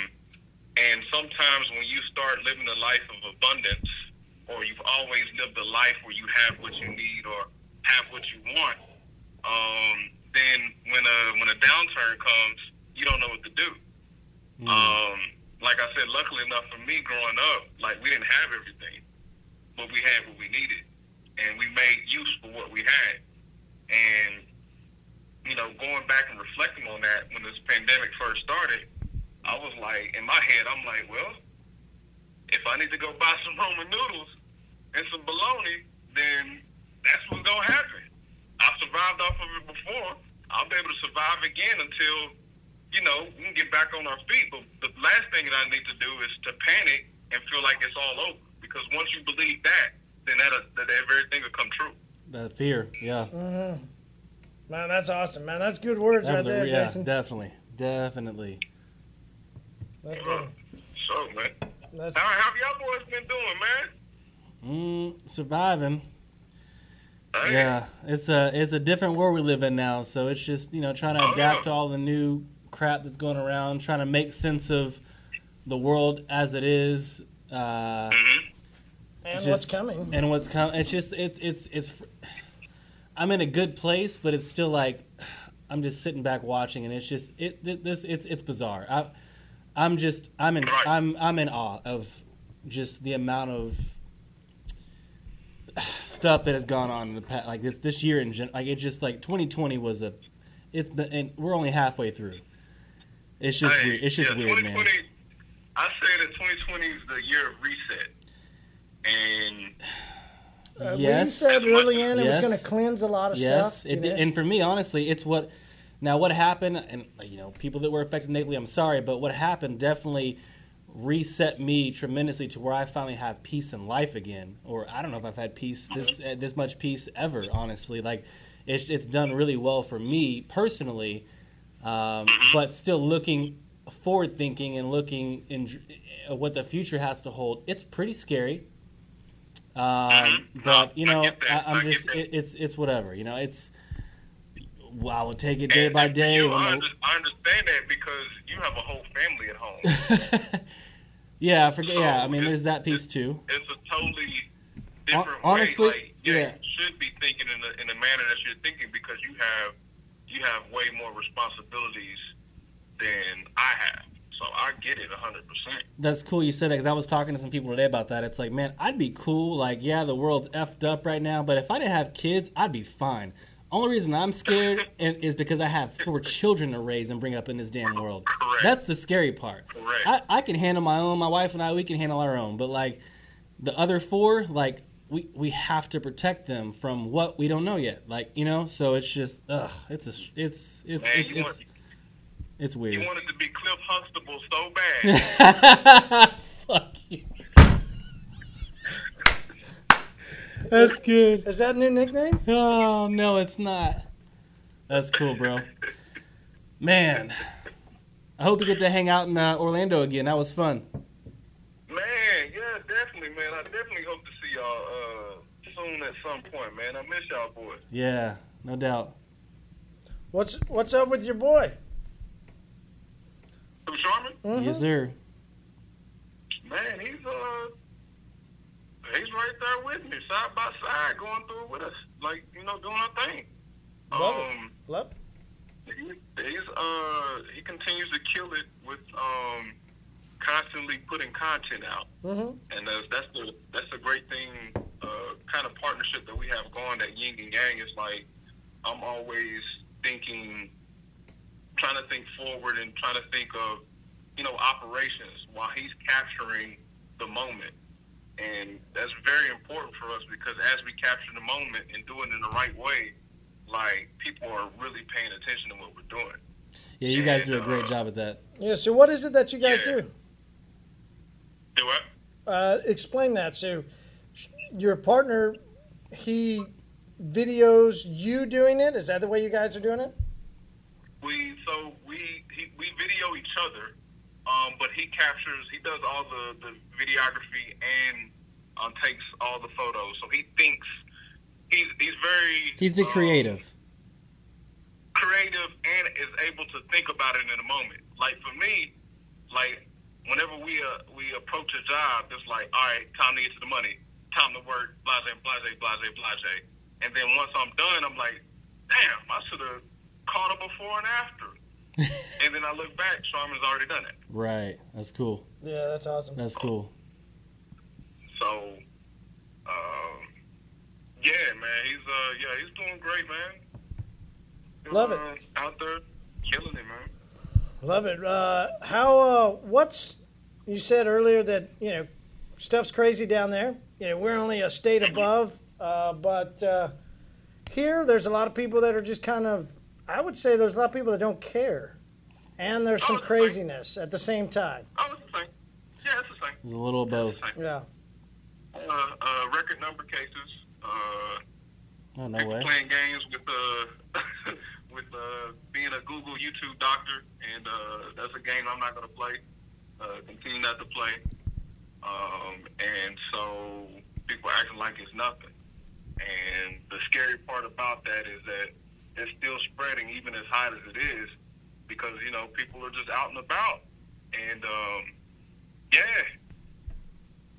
H: and sometimes when you start living a life of abundance, or you've always lived a life where you have what you need or have what you want, um, then when a when a downturn comes, you don't know what to do. Um, like I said, luckily enough for me growing up, like we didn't have everything, but we had what we needed, and we made use for what we had. And you know, going back and reflecting on that when this pandemic first started, I was like, in my head, I'm like, well, if I need to go buy some Roman noodles and some bologna, then that's what's gonna happen. I survived off of it before. I'll be able to survive again until, you know, we can get back on our feet. But the last thing that I need to do is to panic and feel like it's all over. Because once you believe that, then that'll, that everything will come true.
D: The fear, yeah,
C: Man, that's awesome, man. That's good words
D: that
C: right
D: was a,
C: there,
D: yeah,
C: Jason.
D: definitely, definitely.
C: That's good.
H: So, man.
C: That's
H: All right, how have y'all boys been doing, man?
D: Mm, surviving.
H: All right.
D: Yeah, it's a it's a different world we live in now. So it's just you know trying to
H: Oh,
D: adapt
H: yeah.
D: to all the new crap that's going around, trying to make sense of the world as it is, uh,
C: and
D: just-
C: what's coming?
D: and what's coming. It's just it's it's it's. I'm in a good place, but it's still like I'm just sitting back watching, and it's just it th- this it's it's bizarre. I, I'm just I'm in
H: Right.
D: I'm I'm in awe of just the amount of stuff that has gone on in the past like this this year in gen- like it just like 2020 was a it's been and we're only halfway through. It's just
H: Hey,
D: weird. It's just
H: yeah,
D: weird, man.
H: 2020 I say that 2020 is the year of reset. And
C: Uh,
D: yes.
C: We said early in it
D: Yes.
C: was going to cleanse a lot of
D: Yes,
C: stuff. you
D: it did.
C: know?
D: And for me, honestly, it's what. Now, what happened, and you know, people that were affected negatively, I'm sorry, but what happened definitely reset me tremendously to where I finally have peace in life again. Or I don't know if I've had peace this uh, this much peace ever. Honestly, like it's it's done really well for me personally, um, but still looking forward thinking and looking in dr- at what the future has to hold. It's pretty scary. Um, but you
H: Mm-hmm. Oh,
D: know,
H: I get that.
D: I,
H: I
D: I'm
H: get
D: just
H: that.
D: it, it's it's whatever. You know, it's well, I will take it day by
H: and
D: day. I'm
H: You, I,
D: a-
H: under, I understand that because you have a whole family at home.
D: yeah, I forget. Yeah, I mean,
H: So,
D: there's that piece too.
H: it's a totally different
D: Hon- honestly,
H: way. Like, yeah,
D: yeah.
H: you should be thinking in the in the manner that you're thinking because you have you have way more responsibilities than I have. So I get it 100. percent
D: That's cool you said that because I was talking to some people today about that. It's like, man, I'd be cool. Like, yeah, the world's effed up right now, but if I didn't have kids, I'd be fine. Only reason I'm scared and is because I have four children to raise and bring up in this damn world.
H: Correct.
D: That's the scary part.
H: Correct.
D: I, I can handle my own. My wife and I, we can handle our own. But like the other four, like we we have to protect them from what we don't know yet. Like you know, so it's just, ugh, it's a, sh- it's it's
H: Man,
D: it's
H: you
D: it's,
H: want-
D: it's
H: You
D: weird.
H: wanted to be Cliff Huxtable so bad.
D: Fuck you. That's good.
C: Is that a new nickname?
D: Oh no, it's not. That's cool, bro. Man, I hope you get to hang out in uh, Orlando again. That was fun.
H: Man, yeah, definitely, man. I definitely hope to see y'all uh, soon at some point, man. I miss y'all boys.
D: Yeah, no doubt.
C: What's what's up with your boy?
H: Who, Charmin?
C: Mm-hmm.
D: Yes, sir.
H: Man, he's uh, he's right there with me, side by side, going through it with us, like you know, doing our thing.
C: Love it.
H: um,
C: Love.
H: he- he's uh, he continues to kill it with um, constantly putting content out,
C: Mm-hmm.
H: and that's that's the that's the great thing, uh, kind of partnership that we have going at Yin and Yang is like I'm always thinking, trying to think forward and trying to think of, you know, operations while he's capturing the moment. And that's very important for us because as we capture the moment and do it in the right way, like people are really paying attention to what we're doing.
D: Yeah, you guys do a great job at that.
C: Yeah. So what is it that you guys do?
H: Do what?
C: Uh, explain that. So your partner, he videos you doing it. Is that the way you guys are doing it?
H: We so we he, we video each other, um, but he captures he does all the the videography and um, takes all the photos. So he thinks he's he's very
D: He's the
H: um,
D: creative.
H: creative, and is able to think about it in the moment. Like for me, like whenever we uh, we approach a job, it's like all right, time to get to the money, time to work, blase, blase, blase, blase. And then once I'm done, I'm like, damn, I should have caught it before and after. and then I look back, Charmin's already done it.
D: Right. That's cool.
C: Yeah, that's awesome.
D: That's cool.
H: So, um, yeah, man, he's uh, yeah, he's doing great, man. He's,
C: Love it.
H: uh, Out there, killing it, man.
C: Love it. Uh, how? Uh, what's you said earlier that you know stuff's crazy down there. You know we're only a state above, uh, but uh, here there's a lot of people that are just kind of. I would say there's a lot of people that don't care, and there's some
H: Oh, it's fine.
C: craziness at the same time.
H: Oh, it's the same. Yeah, it's the same.
D: It's a little of both.
C: Yeah.
H: uh, uh, record number cases. Uh,
D: Oh, no
H: people
D: way.
H: playing games with uh, with uh, being a Google YouTube doctor, and uh, that's a game I'm not going to play. Uh, continue not to play. Um, and so people acting like it's nothing. And the scary part about that is that it's still spreading, even as hot as it is, because you know people are just out and about. And um, yeah,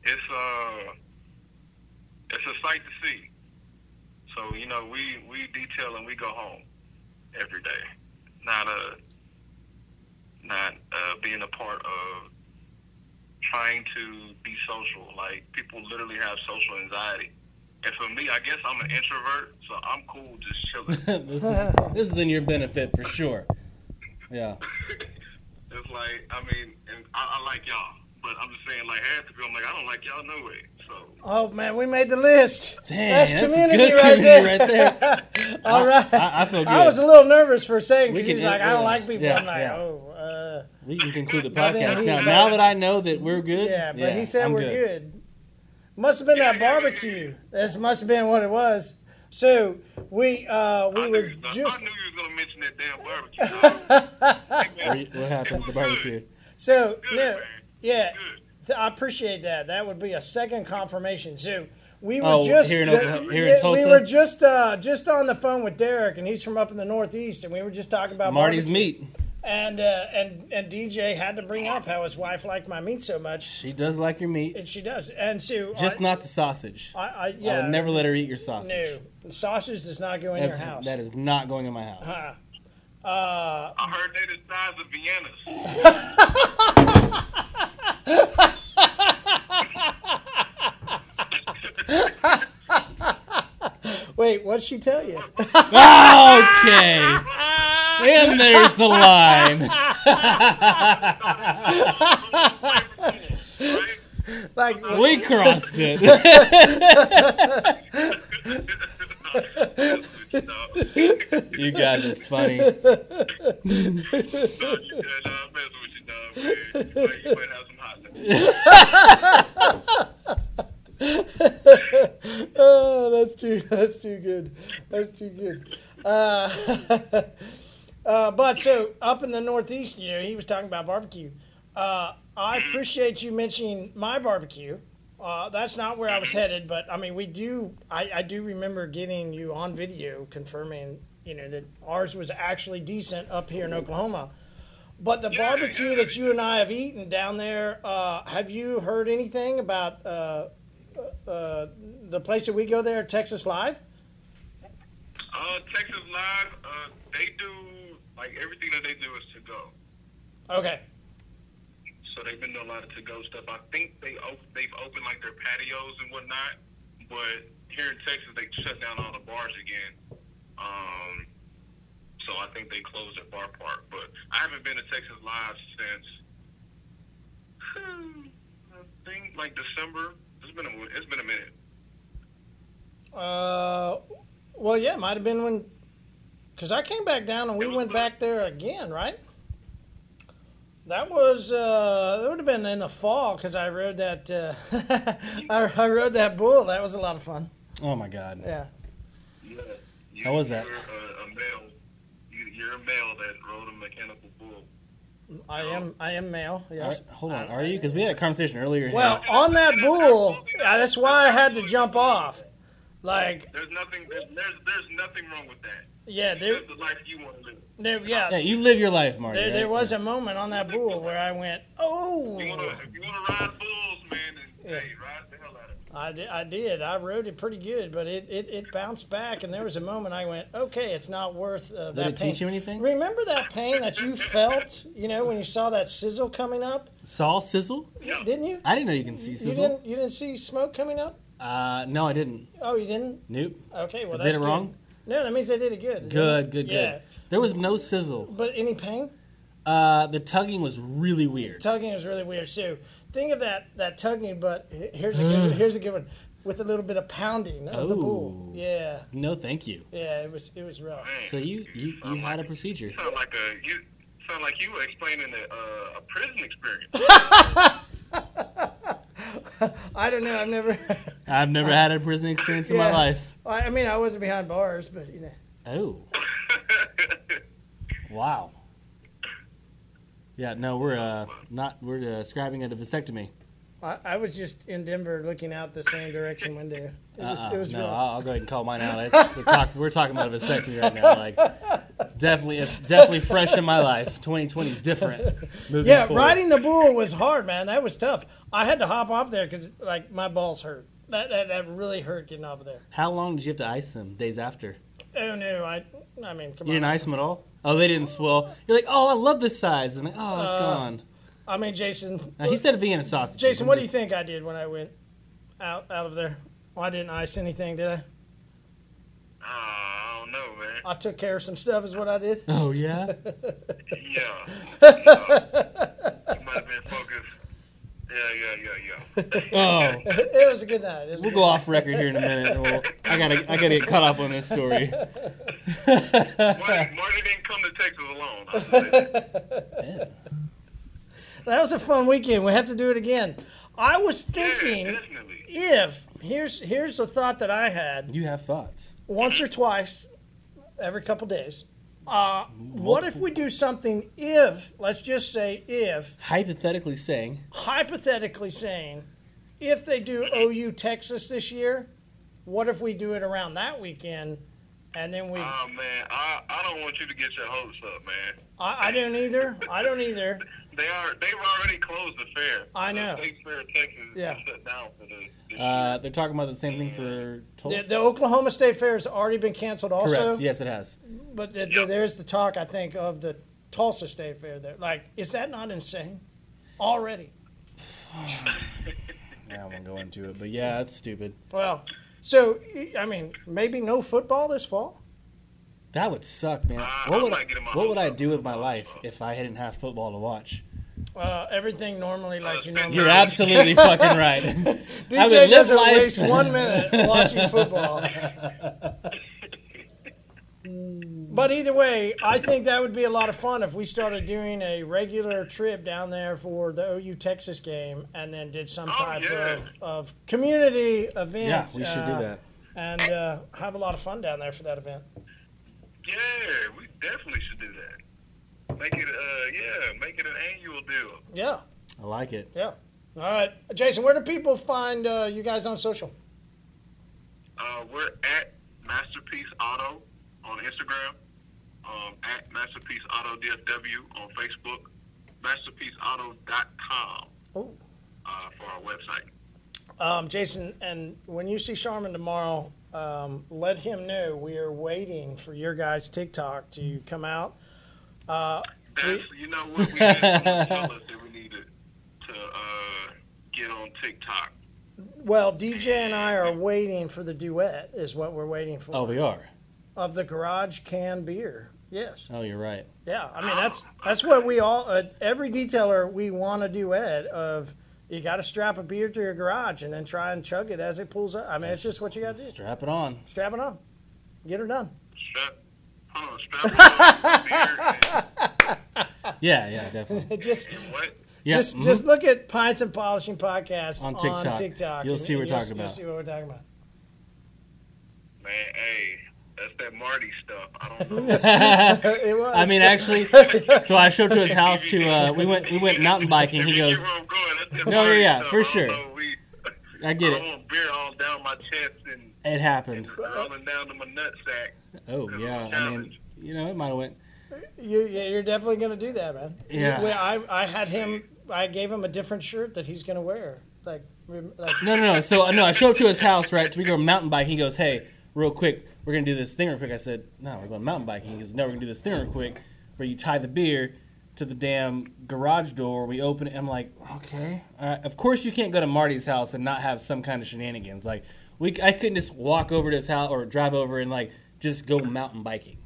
H: it's uh, it's a sight to see. So you know, we we detail and we go home every day, not uh not uh, being a part of trying to be social. Like people literally have social anxiety, and for me, I guess I'm an introvert, so I'm cool just chilling.
D: this, is, this is in your benefit for sure. Yeah.
H: it's like I mean, and I, I like y'all, but I'm just saying, like half the people, I'm like I don't like y'all no way. So
C: Oh man, we made the list.
D: Damn,
C: that's,
D: that's a
C: community,
D: good
C: right, there.
D: community right
C: All right.
D: I- I feel
C: I
D: good.
C: was a little nervous for a second
D: We
C: because
D: can
C: he's
D: end-
C: like, I don't
D: yeah,
C: like people.
D: yeah,
C: I'm like,
D: yeah.
C: oh. Uh,
D: We can conclude the
C: Now that
D: podcast
C: he-
D: now. Now that I know that we're good,
C: Yeah, but he said
D: I'm
C: we're good. Must have been
H: Yeah,
C: that
H: yeah, yeah, yeah.
C: barbecue. This must have been what it was. So we uh,
H: I,
C: we
H: knew
C: were
H: you, was gonna-
C: just
H: I knew you was gonna mention that damn barbecue.
D: What- What happened to the barbecue?
C: so no,
H: Good, man.
C: yeah.
H: Good.
C: th- I appreciate that. That would be a second confirmation. So we were
D: Oh,
C: just
D: here in
C: the-
D: Oklahoma- here in
C: yeah,
D: Tulsa?
C: we were just uh, just on the phone with Derek, and he's from up in the Northeast, and we were just talking about
D: Marty's
C: barbecue.
D: meat.
C: And uh, and and DJ had to bring up how his wife liked my meat so much,
D: She does like your meat,
C: and she does. And so
D: just
C: I,
D: not the sausage.
C: I, I,
D: I
C: yeah,
D: would never let her eat your sausage.
C: No, sausage does not go in your
D: That's,
C: house.
D: that is not going in my house.
C: Uh, uh,
H: I heard they the size of Vienna's.
C: wait, what'd she tell you?
D: Okay. And there's the line.
H: Right?
C: Like,
D: We crossed it. You guys are funny.
C: oh, that's too, that's too good. That's too good. Uh, uh, but so up in the Northeast, you know, he was talking about barbecue. Uh, I appreciate you mentioning my barbecue. Uh, that's not where I was headed, but I mean, we do. I, I do remember getting you on video confirming, you you know that ours was actually decent up here in Oklahoma. But the
H: Yeah,
C: barbecue
H: yeah.
C: that you and I have eaten down there, uh, have you heard anything about uh, uh, the place that we go there, Texas Live?
H: Uh, Texas Live, uh, they do like everything that they do is to go.
C: Okay.
H: So they've been doing a lot of to go stuff. I think they op- they've opened like their patios and whatnot, but here in Texas they shut down all the bars again. Um, so I think they closed their bar park. But I haven't been to Texas Live since hmm, I think like December. It's been a wi- it's been a minute.
C: Uh, well, yeah, it might have been when, because I came back down and we
H: It was
C: went
H: when-
C: back there again, right? That was uh, that would have been in the fall because I rode that uh, I, I rode that bull. That was a lot of fun.
D: Oh my god.
C: Yeah.
H: Yeah. You,
D: How was that?
H: You're a, a male. You, you're a male that rode a mechanical bull.
C: I am I am male.
D: Are-
C: Yes.
D: hold on, are you? Because we had a conversation earlier.
C: Well, on that bull, yeah, that's why I had to jump off. Like,
H: There's nothing. There's there's, there's nothing wrong with that.
C: yeah, there,
H: That's the life you want to live.
C: there
D: yeah,
C: yeah,
D: you live your life, Marty.
C: there,
D: right?
C: there was a moment on that bull where I went,
H: You wanna,
C: oh,
H: if you want to ride bulls, man, then hey, ride the hell out of it.
C: I did, I did, I rode it pretty good, but it, it, it bounced back, and there was a moment I went, okay, it's not worth uh,
D: Did
C: that
D: it
C: pain.
D: teach you anything?
C: Remember that pain that you felt, you know, when you saw that sizzle coming up,
D: Saw sizzle?
H: Yeah.
C: didn't you?
D: I didn't know you can see
C: You
D: sizzle.
C: didn't, you didn't see smoke coming up?
D: Uh, no, I didn't.
C: Oh, you didn't?
D: Nope.
C: Okay, well
D: Did
C: that's
D: it
C: good.
D: wrong?
C: No, that means they did it good.
D: Good, good, good.
C: Yeah.
D: There was no sizzle.
C: But any pain?
D: Uh, the tugging was really weird.
C: Tugging is really weird. So think of that that tugging, but he- here's a good, here's a good one with a little bit of pounding of the bull.
D: Oh.
C: Yeah,
D: No, thank you.
C: yeah, it was it was rough.
D: So you you, you had a procedure.
H: Sound like a you sound like you were explaining a, uh, a prison experience.
C: I don't know. I've never.
D: I've never had a prison experience in my
C: Yeah.
D: life.
C: I I mean, I wasn't behind bars, but you know.
D: Oh. wow. Yeah, no, we're uh, not. We're describing a vasectomy.
C: I, I was just in Denver looking out the same direction window. It was,
D: Uh-uh.
C: it was
D: no,
C: rough.
D: I'll, I'll go ahead and call mine out. It's, we're, talk, we're talking about a vasectomy right now. Like, definitely, it's definitely fresh in my life. 2020 is different. Moving
C: Yeah,
D: forward.
C: riding the bull was hard, man. That was tough. I had to hop off there because like my balls hurt. That, that that really hurt getting off of there.
D: How long did you have to ice them? Days after.
C: Oh no, I I mean, come
D: You didn't
C: on.
D: ice them at all. Oh, they didn't swell. You're like, oh, I love this size, and like, oh, it's gone.
C: I mean, Jason.
D: Now, he said Vienna sausage.
C: Uh, Jason, what do you think I did when I went out out of there? Well, I didn't ice anything, did I?
H: Uh, I don't know, man.
C: I took care of some stuff, is what I did.
D: Oh yeah.
H: Yeah. yeah. You might have been focused. Yeah, yeah, yeah, yeah.
D: Oh,
C: it was a good night. It was
D: we'll
C: good.
D: go off record here in a minute. and We'll, I gotta, I gotta get caught up on this story.
H: Marty, Marty didn't come to Texas alone. I'll just say that.
C: That was a fun weekend. We have to do it again. I was thinking
H: Yeah, definitely.
C: if here's here's the thought that I had
D: You have thoughts?
C: once or twice, every couple days. Uh, what if we do something? If let's just say if
D: Hypothetically saying,
C: hypothetically saying, if they do OU Texas this year, what if we do it around that weekend? And then we, I,
H: Oh man, I, I don't want you to get your hopes up, man.
C: I don't either. I don't either.
H: They are they've already closed the fair.
C: I know.
H: The state fair of Texas
C: Yeah.
H: is shut down for this. this
D: uh, they're talking about the same thing for
C: The,
D: Tulsa.
C: the Oklahoma State Fair has already been canceled, also.
D: Correct. Yes, it has.
C: But the, the, there's the talk, I think, of the Tulsa State Fair. There, like, is that not insane? Already.
D: Yeah, I won't go into it, but yeah, that's stupid.
C: Well, so I mean, maybe no football this fall.
D: That would suck, man.
H: I-
D: What
H: I'm
D: would
H: not
D: I,
H: getting my
D: what would
H: hopes
D: I
H: up.
D: do with my life if I didn't have football to watch?
C: Uh, everything normally, like you normally.
D: You're absolutely fucking right. I would
C: DJ
D: live
C: doesn't
D: life-
C: waste one minute watching football. But either way, I think that would be a lot of fun if we started doing a regular trip down there for the OU Texas game, and then did some
H: Oh,
C: type
H: yeah.
C: of, of community
D: Yeah,
C: event.
D: we should do
C: uh,
D: that.
C: and uh, have a lot of fun down there for that event.
H: year. Yeah, we definitely should do that. Make it uh yeah, make it an annual deal.
C: Yeah,
D: I like it.
C: yeah. All right, Jason, where do people find uh, you guys on social?
H: Uh, we're at Masterpiece Auto on on Instagram, um, at Masterpiece Auto DFW on Facebook, masterpieceauto.com
C: Oh.
H: uh, for our website.
C: Um, Jason, and when you see Sharman tomorrow, um, let him know we are waiting for your guys' TikTok to come out.
H: That's you know what we had someone tell us that we needed to uh, get on TikTok.
C: Well, DJ and I are waiting for the duet, is what we're waiting for.
D: Oh, we are.
C: Of the garage can beer. Yes.
D: Oh, you're right.
C: Yeah. I mean, that's that's what we all, uh, every detailer, we want a duet of you got to strap a beer to your garage and then try and chug it as it pulls up. I mean, it's just what you got to do.
D: Strap it on.
C: Strap it on, get her done.
H: Strap, hold on, strap on
D: Yeah, yeah, definitely.
C: It just.
H: and what?
D: Yeah,
C: just
D: mhm.
C: just look at Pints and Polishing Podcast
D: On
C: on
D: TikTok.
C: TikTok.
D: You'll
C: and-
D: see what
C: and
D: we're
C: you'll-
D: talking
C: you'll
D: about.
C: see what we're talking about.
H: Man, hey, that's that Marty stuff. I don't know.
C: It was.
D: I mean, actually, so I showed up to his house to uh, we went we went mountain biking.
H: If
D: He
H: you
D: goes,
H: get where I'm going, that's that
D: No,
H: Marty
D: yeah, yeah,
H: stuff.
D: for
H: I don't
D: sure.
H: know, we-
D: I get
H: I
D: it.
H: want beer all down my chest and
D: It happened.
H: rolling down to my nutsack.
D: Oh yeah, I mean, you know, it might have went.
C: you yeah, you're definitely going to do that, man.
D: Yeah.
C: Well, I I had him. I gave him a different shirt that he's going to wear. Like, rem- like
D: No, no, no. So uh, no, I show up to his house, right? We go mountain bike. He goes, "Hey, real quick, we're gonna do this thing real quick." I said, "No, we're going mountain biking." He goes, "No, we're gonna do this thing real quick, where you tie the beer to the damn garage door. We open it." I'm like, "Okay, all right." Of course, you can't go to Marty's house and not have some kind of shenanigans. Like, we I couldn't just walk over to his house or drive over and like just go mountain biking.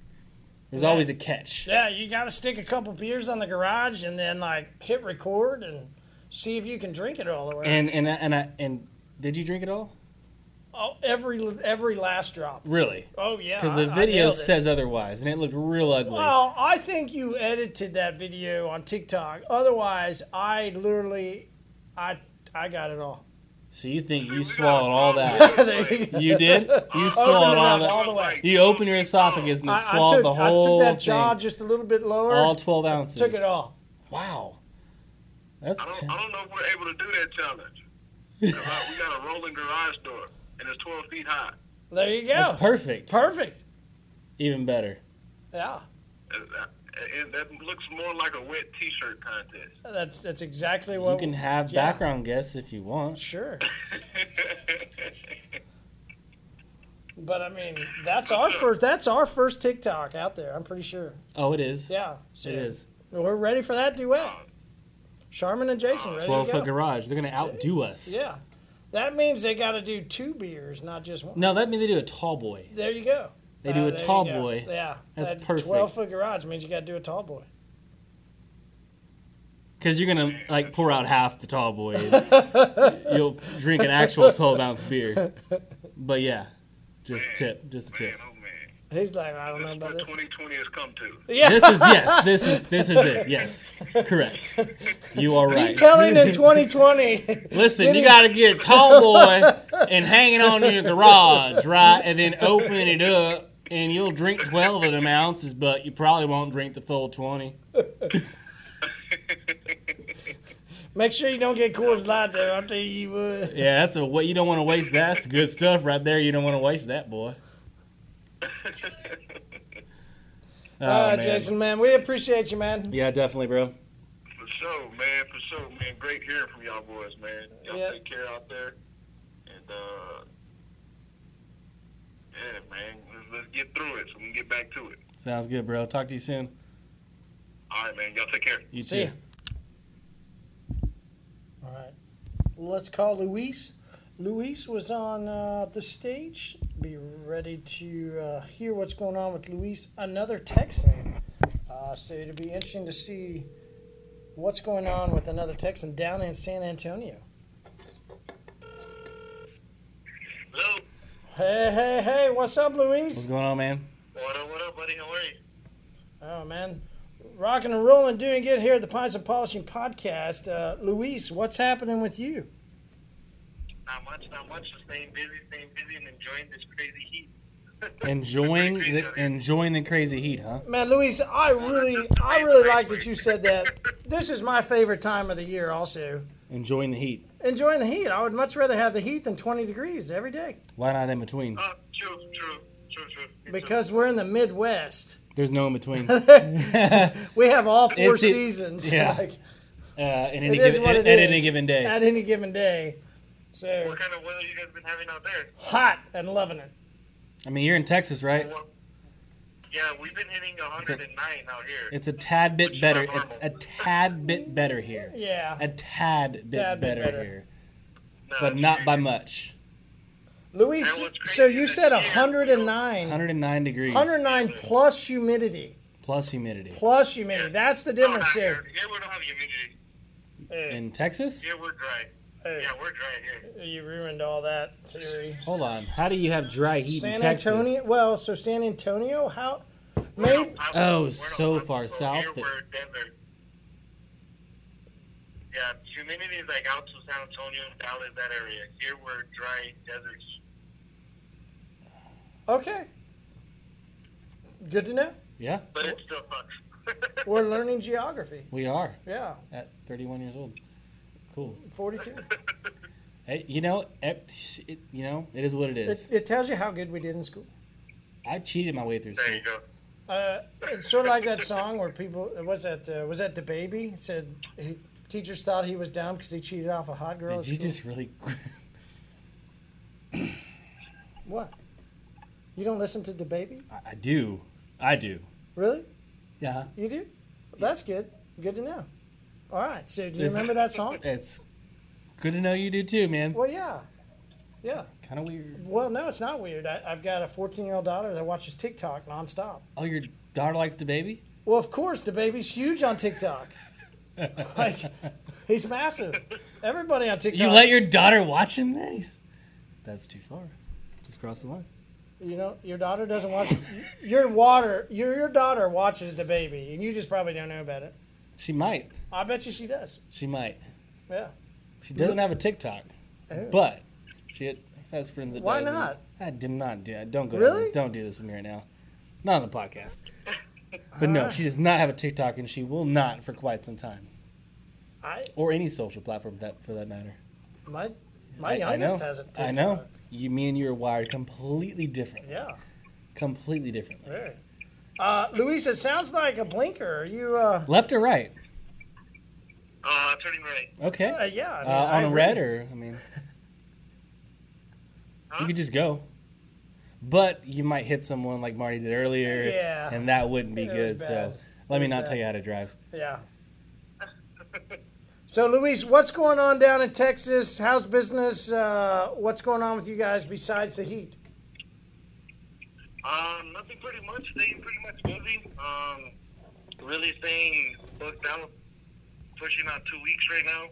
D: There's always a catch.
C: yeah, you got to stick a couple beers on the garage and then like hit record and see if you can drink it all the way.
D: And and I- and I and did you drink it all?
C: oh, every every last drop.
D: Really?
C: Oh yeah.
D: Because
C: I-
D: the
C: I
D: video
C: nailed it.
D: says otherwise, and it looked real ugly.
C: Well, I think you edited that video on TikTok. Otherwise, I literally, I I got it all.
D: So you think you
H: We got a
D: swallowed all
H: problem.
D: that?
C: There you go.
D: You did? You
C: no,
D: swallowed
C: no,
D: all
C: no, all the
D: that?
C: way.
D: You opened your esophagus and
C: I, I
D: swallowed
C: took
D: the
C: I took
D: whole
C: that jaw
D: thing.
C: just a little bit lower.
D: All twelve ounces.
C: took it all.
D: Wow. That's
H: I don't,
D: ten.
H: I don't know if we're able to do that challenge. 'Cause I- we got a rolling garage door, and it's 12 feet high.
C: There you
D: That's
C: go.
D: perfect.
C: Perfect.
D: Even better.
C: Yeah,
H: And that- Uh, and that looks more like a wet T-shirt contest.
C: that's that's exactly what
D: You can have
C: yeah.
D: background guests if you want.
C: Sure. But I mean, that's our first. That's our first TikTok out there. I'm pretty sure.
D: Oh, it is.
C: Yeah. So
D: It is.
C: We're ready for that duet. Charmin and Jason, ready
D: Oh, Twelve
C: to go.
D: foot garage. They're gonna outdo us.
C: Yeah. That means they got to do two beers, not just one.
D: No, that means they do a tall boy.
C: There you go.
D: They do a
C: Uh, there you
D: tall
C: go.
D: boy.
C: Yeah.
D: That's
C: that
D: perfect.
C: 12 foot garage means you got to do a tall boy.
D: Because you're gonna like pour out half the tall boy. and You'll drink an actual twelve ounce beer. But yeah, just tip, just a
H: man,
D: tip.
H: oh man,
C: He's like, I don't know
H: that's
C: about
H: what
C: this.
H: 2020 has come to.
D: This is yes. This is this is it. Yes, correct. You are right.
C: Telling in 2020.
D: Listen, you got to get a tall boy and hang it on to your garage, right? And then open it up, and you'll drink twelve of them ounces, but you probably won't drink the full twenty.
C: Make sure you don't get Coors Light, though. I'll tell you, you would.
D: Yeah, that's a what you don't want to waste. That's good stuff right there. You don't want to waste that boy. Oh,
C: All right,
D: man.
C: Ah, Jason, man. We appreciate you, man.
D: Yeah, definitely, bro.
H: For sure, man. For sure, man. Great hearing from y'all boys, man. Y'all
C: Yeah.
H: take care out there, and uh, yeah, man. Let's, let's get through it so we can get back to it.
D: Sounds good, bro. Talk to you soon.
H: All right, man. Y'all take care.
D: You
C: See
D: too.
C: ya. All right. Let's call Luis. Luis was on uh, the stage. Be ready to uh, hear what's going on with Luis, another Texan. Uh, so it'll be interesting to see what's going on with another Texan down in San Antonio.
H: Hello.
C: Hey, hey, hey, what's up,
D: What's
C: Luis?
D: going on, man?
H: What up? What up, buddy? How are you?
C: Oh, man. Rocking and rolling, doing good here at the Pines and Polishing podcast. Uh, Luis, what's happening with you?
H: Not much. Not much. Just staying busy, staying busy, and enjoying this crazy heat.
D: Enjoying the, enjoying the crazy heat, huh?
C: Man, Luis, I really, I really like that you said that. This is my favorite time of the year. Also,
D: Enjoying the heat.
C: enjoying the heat. I would much rather have the heat than 20 degrees every day.
D: Why not in between?
H: Uh, true, true, true, true. true.
C: because we're in the Midwest.
D: There's no in between.
C: We have all four
D: It's- it-
C: seasons.
D: yeah.
C: Like,
D: Uh, in
C: it
D: any
C: is
D: given,
C: what
D: at,
C: it
D: at
C: is.
D: any given day.
C: At any given day. So
H: What kind of weather you guys been having out there?
C: hot and loving it.
D: I mean, you're in Texas, right?
H: Well, yeah, we've been hitting 109 out here.
D: It's a tad bit better. A, a tad bit better here.
C: Yeah.
D: A tad bit
C: Tad bit
D: better,
C: better.
D: here,
H: No,
D: but
H: it's
D: not
H: crazy.
D: by much.
C: Luis,
H: And what's
C: so
H: crazy
C: you
H: is
C: said
H: that-
C: 109.
D: 109 degrees
C: 109 plus humidity.
D: plus humidity
C: Plus humidity. That's the
H: No, Oh, not
C: difference
H: here.
C: here.
H: Here we don't have humidity.
C: Hey,
D: in Texas.
H: Here we're dry.
C: hey,
H: Yeah, we're dry here.
C: you ruined all that theory.
D: Hold on. How do you have dry heat in
C: San
D: Texas?
C: Antonio. Well, so San Antonio, how?
H: We're
C: Maybe
H: not- I-
D: Oh,
H: we're not-
D: so
H: I'm-
D: far
H: well,
D: south
H: Here
D: that-
H: we're desert. Yeah, humidity is like out to San Antonio, Dallas, that area. Here we're dry desert. heat.
C: okay. Good to know.
D: Yeah,
H: But it still sucks.
C: We're learning geography.
D: we are
C: Yeah,
D: at 31 years old. Cool.
C: 42.
D: Hey, you know, it, it- you know, it is what it
C: It,
D: is.
C: it tells you how good we did in school.
D: I cheated my way through
H: there
D: school.
H: you go.
C: Uh, it's sort of like that song where people was that uh, was that the baby said he, teachers thought he was dumb because he cheated off a hot girl.
D: Did
C: at
D: you
C: school.
D: just really?
C: what? You don't listen to the baby,
D: I I do. I do.
C: really?
D: Yeah.
C: You do? That's good. Good to know. All right. So do you
D: Is-
C: remember that song?
D: It's good to know you do too, man.
C: Well, yeah, yeah.
D: Kind of weird.
C: Well, no, it's not weird. I, I've got a 14 year old daughter that watches TikTok nonstop.
D: Oh, your daughter likes the baby.
C: Well, of course, the baby's huge on TikTok. like, he's massive. Everybody on TikTok.
D: You let your daughter watch him? That he's, that's too far. Just cross the line.
C: You know, your daughter doesn't watch. your water, your your daughter watches the baby, and you just probably don't know about it.
D: She might.
C: I bet you she does.
D: She might.
C: Yeah.
D: She doesn't have a TikTok,
C: Oh.
D: but she has friends that.
C: Why
D: does, and-
C: not?
D: I did not do. that. Don't go.
C: Really?
D: Down, don't do this with me right now. Not on the podcast. But no, she does not have a TikTok, and she will not for quite some time,
C: I
D: or any social platform that for that matter.
C: my my
D: I- I
C: youngest
D: know.
C: has a TikTok.
D: I know. You, me, and you are wired completely different.
C: Yeah.
D: Completely differently.
C: Very. Uh, Luis, it sounds like a blinker. Are you? Uh,
D: Left or right?
H: Uh, turning right.
D: Okay.
C: uh, yeah. I
D: Uh,
C: mean, I
D: on a
C: agree.
D: red, or I mean, you
H: Huh?
D: could just go. But you might hit someone like Marty did earlier,
C: Yeah.
D: and that wouldn't be
C: It was
D: good. So
C: bad.
D: let me
C: was
D: not
C: bad.
D: tell you how to drive.
C: Yeah. So, Luis, what's going on down in Texas? How's business? Uh, what's going on with you guys besides the heat?
H: Um, nothing pretty much. Staying pretty much busy. Um, really staying booked out. Pushing on two weeks right now.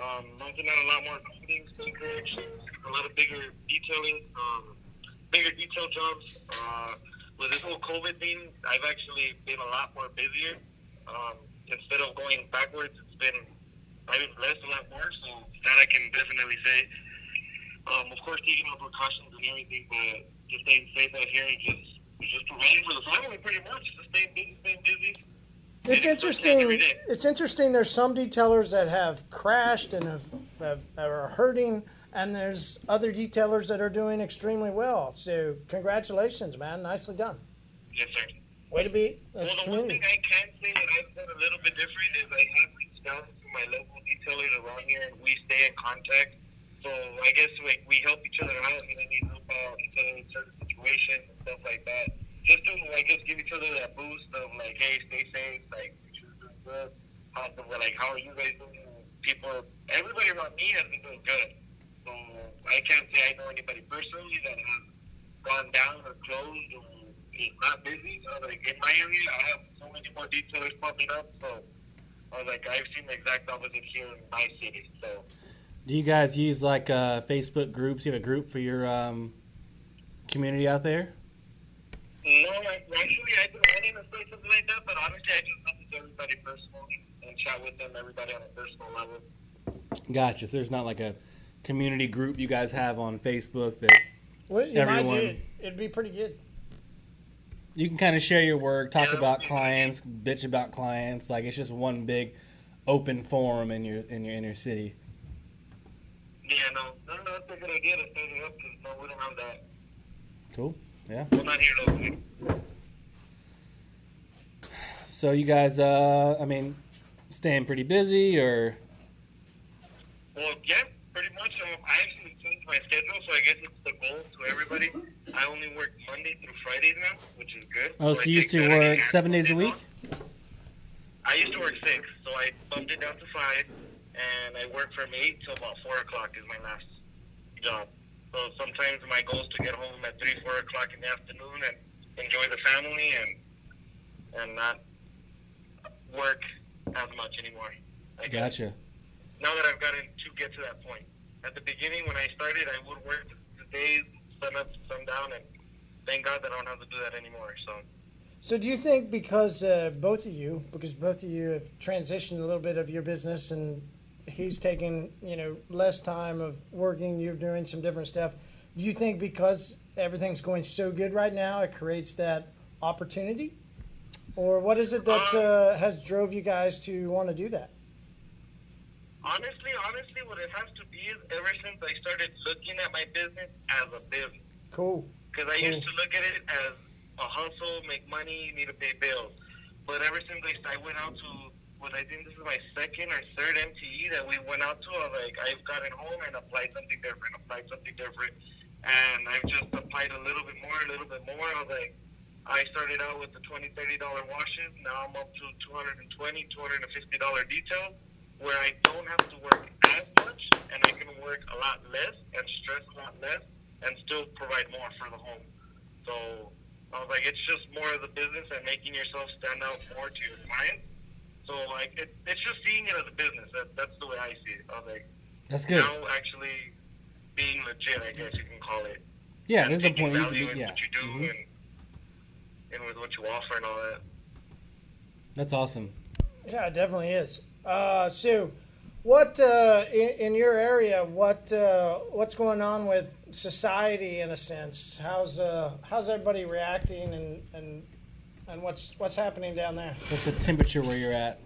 H: Um, mounting out a lot more meetings, acreage, a lot of bigger detailing, um, bigger detail jobs. Uh, with this whole COVID thing, I've actually been a lot more busier. Um, instead of going backwards, it's been I've been blessed a lot more. So that I can definitely say. Um, of course, taking all precautions and everything, but just staying safe out here and just just providing for the family pretty much. Just staying busy, staying busy.
C: It's
H: Yeah,
C: interesting.
H: every day.
C: It's interesting. There's some detailers that have crashed and have, have are hurting, and there's other detailers that are doing extremely well. So, congratulations, man! Nicely done.
H: Yes, sir.
C: Way to be. That's
H: Well, the one
C: community.
H: thing I can say that I've done a little bit different is I have reached out to my local detailers around here, and we stay in contact. So I guess we, we help each other out, and I need help out each other in certain situations and stuff like that. Just to, I guess, give each other that boost of like, hey, stay safe, like, you're doing good. How, like, how are you guys doing? People, everybody around me has been doing good. So I can't say I know anybody personally that has gone down or closed or is not busy. So like in my area, I have so many more detailers popping up. So I was like, I've seen the exact opposite here in my city. So
D: Do you guys use like uh, Facebook groups? You have a group for your um, community out there?
H: no, like, actually, I've been wanting to say something like that, but honestly, I just message everybody personally and chat with them, everybody on a personal level.
D: Gotcha. So there's not like a community group you guys have on Facebook that
C: Well, you might do
D: everyone-
C: it. It'd be pretty good.
D: you can kind of share your work, talk
H: Yeah.
D: about clients, bitch about clients. Like it's just one big open forum in your in your inner city.
H: Yeah, no, no, no, that's a good idea to set it up because no, we don't have that.
D: Cool. Yeah.
H: Well, not here though.
D: So you guys, uh, I mean, staying pretty busy or
H: Well, yeah, pretty much. Um, I actually changed my schedule, so I guess it's the goal to everybody. I only work Monday through Fridays now, which is good.
D: oh,
H: I
D: so you used
H: take
D: to
H: Saturday
D: work
H: and
D: seven days a
H: Sunday
D: week?
H: off. I used to work six, so I bumped it down to five, and I work from eight till about four o'clock is my last job. So sometimes my goal is to get home at three, four o'clock in the afternoon and enjoy the family and and not work as much anymore. I guess
D: Gotcha.
H: now that I've gotten to get to that point. At the beginning, when I started, I would work the days, sun up, sun down, and thank God that I don't have to do that anymore. So,
C: So, do you think because uh, both of you, because both of you have transitioned a little bit of your business, and he's taking you know less time of working, you're doing some different stuff. Do you think because everything's going so good right now, it creates that opportunity, or what is it that uh, has drove you guys to want to do that?
H: honestly, honestly, what it has to be is ever since I started looking at my business as a business.
C: Cool.
H: Because I used to look at it as a hustle, make money, need to pay bills. But ever since I, I went out to what I think this is my second or third MTE that we went out to, I was like I've gotten home and applied something different, applied something different, and I've just applied a little bit more, a little bit more. I was like, I started out with the twenty, thirty dollar washes. Now I'm up to two hundred and twenty, two hundred and fifty dollar detail, where I don't have to work as much, and I can work a lot less and stress a lot less, and still provide more for the home. So I was like, it's just more of the business and making yourself stand out more to your clients. So like, it, it's just seeing it as a business. That, that's the way I see it. I was like,
D: That's good.
H: now actually being legit, I guess you can call it.
D: Yeah,
H: And
D: there's the
H: taking
D: point. You
H: value
D: can
H: in
D: be, yeah. Mm-hmm.
H: what you do and, and with what you offer and all that.
D: That's awesome.
C: Yeah, it definitely is. Uh, Sue, what uh, in, in your area? What uh, what's going on with society in a sense? How's uh, how's everybody reacting and, and and what's what's happening down there?
D: What's the temperature where you're at?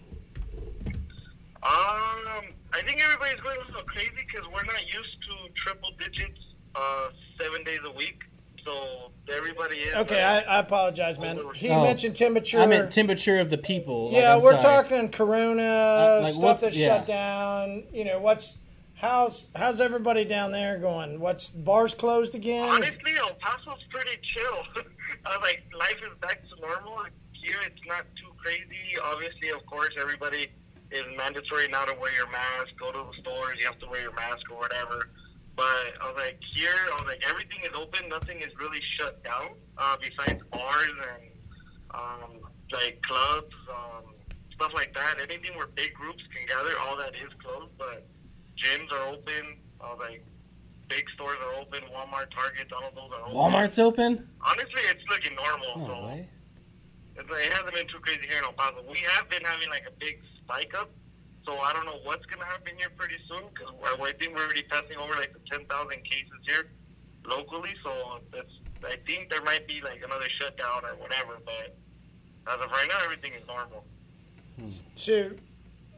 H: Um, I think everybody's going a little crazy because we're not used to triple digits, uh, seven days a week. So everybody is.
C: Okay, I, I apologize, man. He
D: Oh.
C: mentioned temperature.
D: I meant temperature of the people. like,
C: yeah,
D: I'm
C: we're
D: sorry. Uh,
C: talking Corona
D: like,
C: stuff
D: what's-
C: that's
D: yeah.
C: shut down. You know what's how's how's everybody down there going? What's bars closed again?
H: Honestly, El Paso's pretty chill. I was like, life is back to normal. Here, it's not too crazy. Obviously, of course, everybody is mandatory now to wear your mask. Go to the stores, you have to wear your mask or whatever. But I was like, here, I was like, everything is open. Nothing is really shut down uh, besides bars and um, like clubs, um, stuff like that. Anything where big groups can gather, all that is closed. But gyms are open. I was like, big stores are open. Walmart, Target, all of those are open.
D: Walmart's open?
H: Honestly, it's looking normal.
D: No
H: so
D: way.
H: it's like, it hasn't been too crazy here in El Paso. We have been having like a big spike up, so I don't know what's gonna happen here pretty soon because I I think we're already passing over like the ten thousand cases here locally. So that's I think there might be like another shutdown or whatever. But as of right now, everything is normal.
C: So,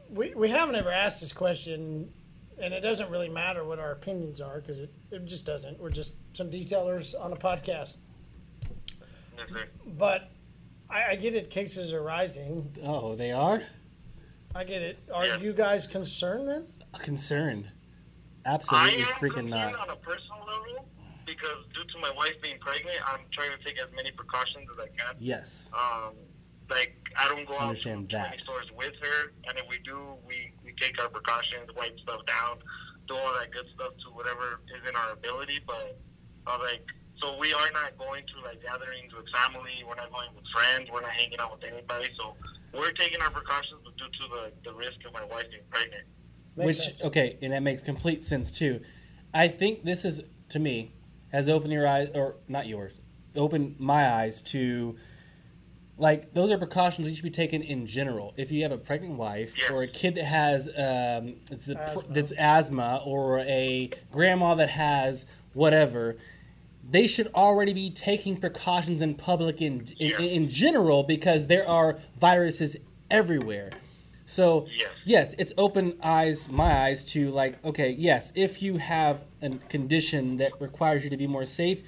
C: we, we haven't ever asked this question, and it doesn't really matter what our opinions are because it, it just doesn't. We're just some detailers on a podcast.
H: Yes, sir.
C: But I, I get it, cases are rising.
D: Oh, they are?
C: I get it. Are
H: Yeah.
C: you guys concerned then?
D: Concerned. Absolutely
H: I am
D: freaking
H: concerned
D: not.
H: on a personal level because due to my wife being pregnant, I'm trying to take as many precautions as I can.
D: Yes.
H: um, like I don't go out to
D: Understand that.
H: 20 stores with her, and if we do, we, we take our precautions, wipe stuff down, do all that good stuff to whatever is in our ability. But uh, like, so we are not going to like gatherings with family. We're not going with friends. We're not hanging out with anybody. So we're taking our precautions due to the the risk of my wife being pregnant.
C: Makes
D: Which
C: sense.
D: okay, and that makes complete sense too. I think this is to me has opened your eyes or not yours, opened my eyes to like those are precautions that you should be taking in general. If you have a pregnant wife
H: Yeah.
D: or a kid that has um, it's the,
C: Asthma.
D: that's asthma or a grandma that has whatever, they should already be taking precautions in public in in,
H: Yeah.
D: in general because there are viruses everywhere. So
H: Yes.
D: yes, it's opened eyes, my eyes to like, okay, yes, if you have a condition that requires you to be more safe,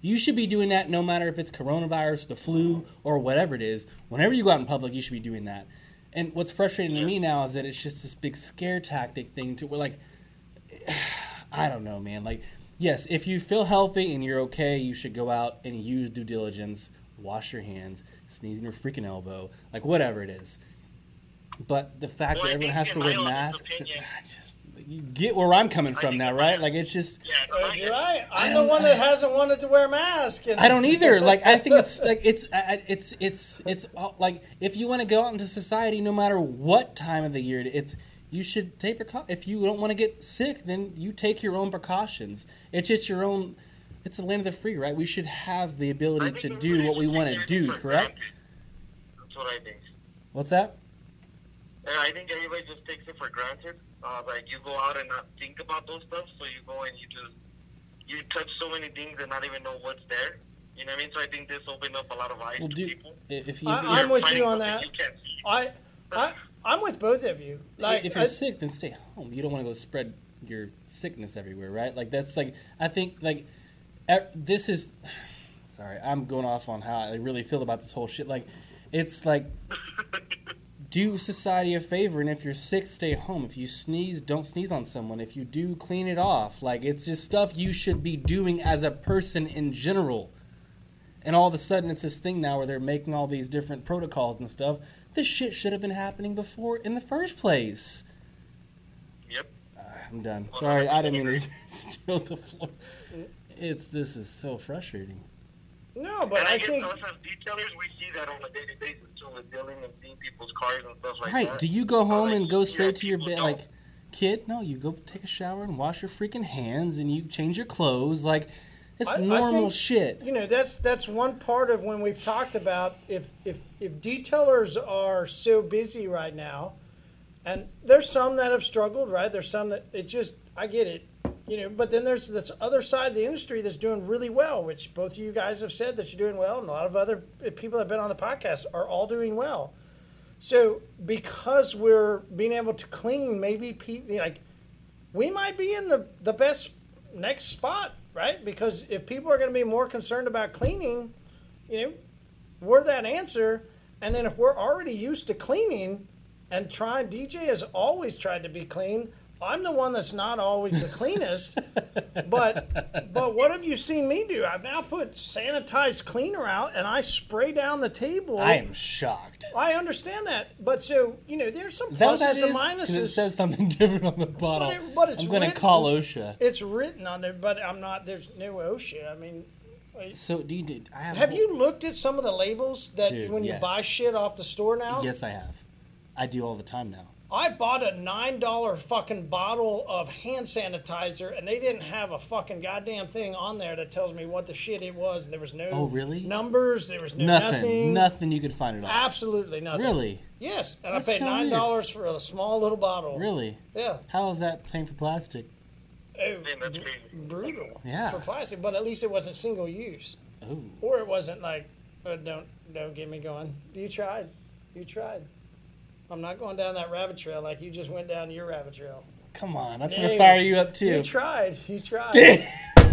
D: You should be doing that no matter if it's coronavirus, the flu, or whatever it is. Whenever you go out in public, you should be doing that. And what's frustrating to me now is that it's just this big scare tactic thing to where like I don't know, man. Like, yes, if you feel healthy and you're okay, you should go out and use due diligence, wash your hands, sneeze in your freaking elbow, like whatever it is. But the fact
H: Well,
D: that
H: I
D: everyone
H: think
D: has
H: in
D: to
H: my
D: wear
H: honest
D: masks, I
H: opinion-
D: just, you get where I'm coming from
H: think
D: now,
H: in my
D: right?
H: hon-
D: Like, it's just,
H: Yeah, like,
C: You're right. I'm the one that hasn't wanted to wear a mask. And
D: I don't either. Like, I think it's like it's I- I- it's it's it's all- like if you want to go out into society, no matter what time of the year it- it's. You should take precau- if you don't want to get sick, then you take your own precautions. It's just your own. It's the land of the free, right? We should have the
H: I
D: ability
H: think
D: to
H: everybody
D: do what
H: should
D: we
H: take
D: want
H: their
D: to do,
H: different
D: correct?
H: boundaries. That's what I think.
D: What's that?
H: And I think everybody just takes it for granted. Uh, like you go out and not think about those stuff, so you go and you just you touch so many things and not even know what's there. You know what I mean? So I think this opened up a lot of eyes
D: Well,
H: to
D: do
H: people.
D: if you
C: I- I'm
H: You're
C: with you
H: finding
C: on
H: something
C: that.
H: You can't see.
C: I, I, I'm with both of you. Like,
D: if you're
C: I-
D: sick, then stay home. You don't want to go spread your sickness everywhere, right? Like that's like I think like e- this is. Sorry, I'm going off on how I really feel about this whole shit. Like, it's like do society a favor, and if you're sick, stay home. If you sneeze, don't sneeze on someone. If you do, clean it off. Like it's just stuff you should be doing as a person in general. And all of a sudden, it's this thing now where they're making all these different protocols and stuff. This shit should have been happening before in the first place.
H: Yep.
D: I'm done. Sorry, I didn't mean to steal the floor. It's this is so frustrating.
C: no, but
H: and
C: I
H: I, guess
C: think
H: us as detailers, we see that on a daily basis too, with dealing and seeing people's cars and stuff like that. Uh,
D: Right? Do you go home
H: like,
D: and go
H: yeah,
D: straight to your
H: people
D: bed,
H: don't.
D: like, kid? No, you go take a shower and wash your freaking hands, and you change your clothes. Like, it's
C: I- I
D: normal
C: think-
D: shit.
C: you know that's that's one part of when we've talked about if if if detailers are so busy right now and there's some that have struggled right there's some that it just i get it you know but then there's this other side of the industry that's doing really well which both of you guys have said that you're doing well and a lot of other people that have been on the podcast are all doing well so because we're being able to cling maybe people like we might be in the, the best next spot, right? Because if people are going to be more concerned about cleaning, you know, we're that answer. And then if we're already used to cleaning and trying, DJ has always tried to be clean. I'm the one that's not always the cleanest, but but what have you seen me do? I've now put sanitized cleaner out and I spray down the table.
D: I am shocked.
C: I understand that, but so you know, there's some
D: Is that what that
C: pluses and
D: is? 'Cause It
C: minuses.
D: says something different on the bottle.
C: it- but it's
D: I'm gonna
C: written-
D: call OSHA.
C: It's written on there, but I'm not. There's no OSHA. I mean,
D: So, do you? Do, I have, a
C: have
D: whole-
C: you looked at some of the labels that
D: Dude,
C: when you
D: yes.
C: buy shit off the store now?
D: Yes, I have. I do all the time now.
C: I bought a nine dollar fucking bottle of hand sanitizer, and they didn't have a fucking goddamn thing on there that tells me what the shit it was. And there was no
D: Oh, really?
C: numbers. There was no
D: nothing,
C: nothing.
D: nothing, you could find at all.
C: Absolutely nothing.
D: Really,
C: Yes, and
D: That's
C: I paid
D: so
C: nine
D: weird.
C: dollars for a small little bottle.
D: really.
C: Yeah.
D: How is that playing for plastic?
C: Oh,
H: Man, that's crazy.
C: brutal
D: Yeah.
C: for plastic, but at least it wasn't single use,
D: Oh,
C: or it wasn't like, uh, don't don't get me going. You tried, you tried. I'm not going down that rabbit trail like you just went down your rabbit trail.
D: come on! I'm trying to
C: Dang.
D: fire you up
C: You
D: too.
C: tried, you tried,
D: Damn.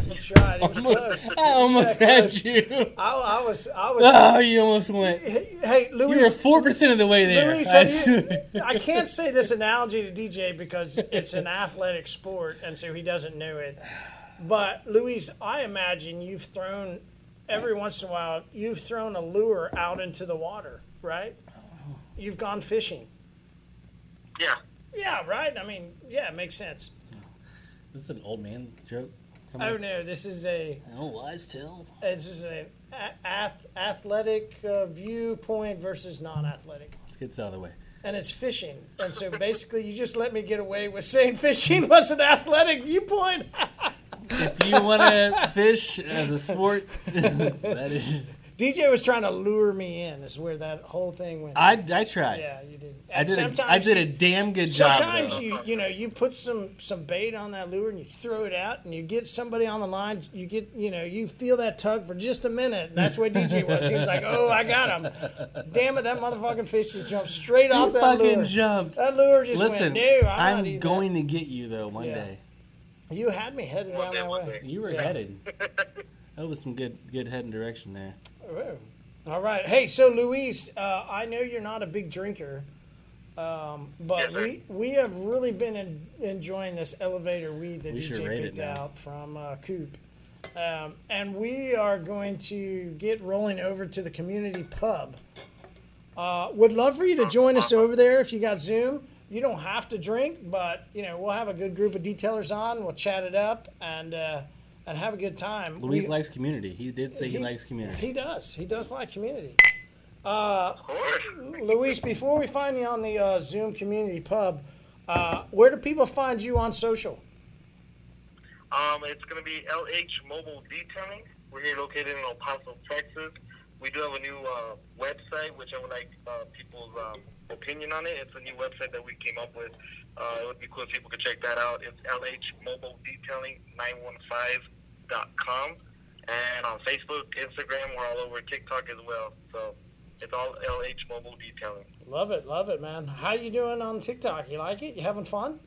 C: you tried. It was
D: Almost-
C: close.
D: I almost
C: Yeah,
D: had
C: close.
D: you.
C: I, I was, I was.
D: Oh, you almost went.
C: hey, hey,
D: You were
C: Luis.
D: four percent of the way there.
C: Luis,
D: I
C: have
D: swear.
C: you, I can't say this analogy to DJ because it's an athletic sport, and so he doesn't know it. But Luis, I imagine you've thrown every once in a while you've thrown a lure out into the water, right? You've gone fishing.
H: Yeah.
C: Yeah, right. I mean, yeah, it makes sense.
D: This is an old man joke. Come
C: Oh
D: on.
C: no, this is a
D: No lies tell.
C: this is an a- ath- athletic uh, viewpoint versus non-athletic.
D: Let's get this out of the way.
C: and it's fishing. And so basically, you just let me get away with saying fishing was an athletic viewpoint.
D: If you want to fish as a sport, that is.
C: DJ was trying to lure me in. Is where that whole thing went.
D: I, I tried.
C: yeah, you did.
D: I
C: And
D: did. A, I did a damn good job.
C: Sometimes
D: though.
C: you you know you put some some bait on that lure and you throw it out and you get somebody on the line. You get you know you feel that tug for just a minute. And that's where DJ was. He was like, "Oh, I got him! Damn it, that motherfucking fish just jumped straight
D: You
C: off that
D: fucking
C: lure.
D: jumped.
C: That lure just
D: Listen,
C: went. No, I'm,
D: I'm,
C: not eating that."
D: going to get you though one
C: Yeah.
D: day.
C: You had me headed
H: One
C: down
H: day,
C: that
H: one
C: way.
H: day.
D: You were
C: Yeah.
D: headed.
I: That was some good good head and direction there.
C: Ooh. Oh. All right. Hey, so Luis, uh, I know you're not a big drinker, um, but
H: Yes, sir.
C: we we have really been en enjoying this elevator weed that
I: We should
C: DJ
I: rate it
C: picked
I: now.
C: out from uh, Coop. Um, and we are going to get rolling over to the community pub. Uh, would love for you to join us over there if you got Zoom. You don't have to drink, but you know we'll have a good group of detailers on. We'll chat it up and uh, and have a good time.
I: Luis
C: We-
I: likes community. He did say he,
C: he-
I: likes community.
C: he does. He does like community. Uh,
H: Of course.
C: Luis, before we find you on the uh, Zoom community pub, uh, where do people find you on social?
H: Um, it's going to be LH Mobile Detailing. We're here located in El Paso, Texas. We do have a new uh, website, which I would like uh, people's um, opinion on it. It's a new website that we came up with. Uh, it would be cool if people could check that out. It's LH Mobile Detailing 915.com. And on Facebook, Instagram, we're all over TikTok as well. So it's all LH Mobile Detailing.
C: Love it, love it, man. How you doing on TikTok? You like it? You having fun?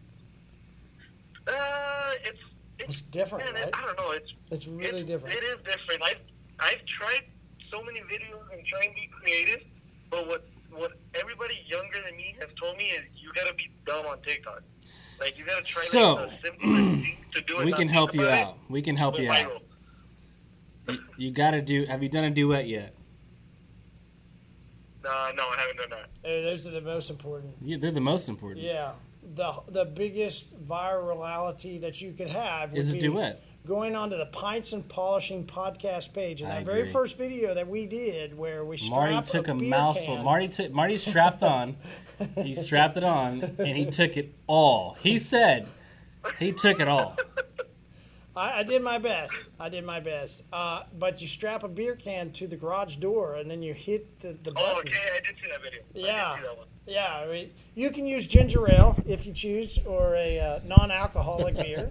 H: Uh, it's,
C: It's
H: it's,
C: different,
H: man,
C: right?
H: I don't know. It's
C: It's really
H: it's,
C: different.
H: It is different. I've I've tried so many videos and trying to be creative, but what what everybody younger than me has told me is you gotta be dumb on TikTok. Like you gotta try
I: So,
H: like, the simplest thing to do. and
I: We
H: not
I: can
H: think
I: help you
H: about it,
I: out. We can help
H: go
I: you
H: viral.
I: out. You, you gotta do. Have you done a duet yet?
H: Nah, no, I haven't done that.
C: Hey, those are the most important.
I: Yeah, they're the most important.
C: Yeah, the the biggest virality that you could have would
I: Is a
C: be
I: duet.
C: Going onto the Pints and Polishing podcast page, and
I: I
C: that very
I: agree.
C: first video that we did, where we
I: Marty
C: strap
I: took a,
C: beer
I: mouthful.
C: can-
I: Marty took Marty strapped on. he strapped it on and he took it all. He said he took it all.
C: I, I did my best. I did my best. Uh, but you strap a beer can to the garage door and then you hit the, the button.
H: Oh, okay, I did see that video. I did
C: Yeah.
H: see that one.
C: Yeah, I mean, you can use ginger ale if you choose or a uh, non alcoholic beer.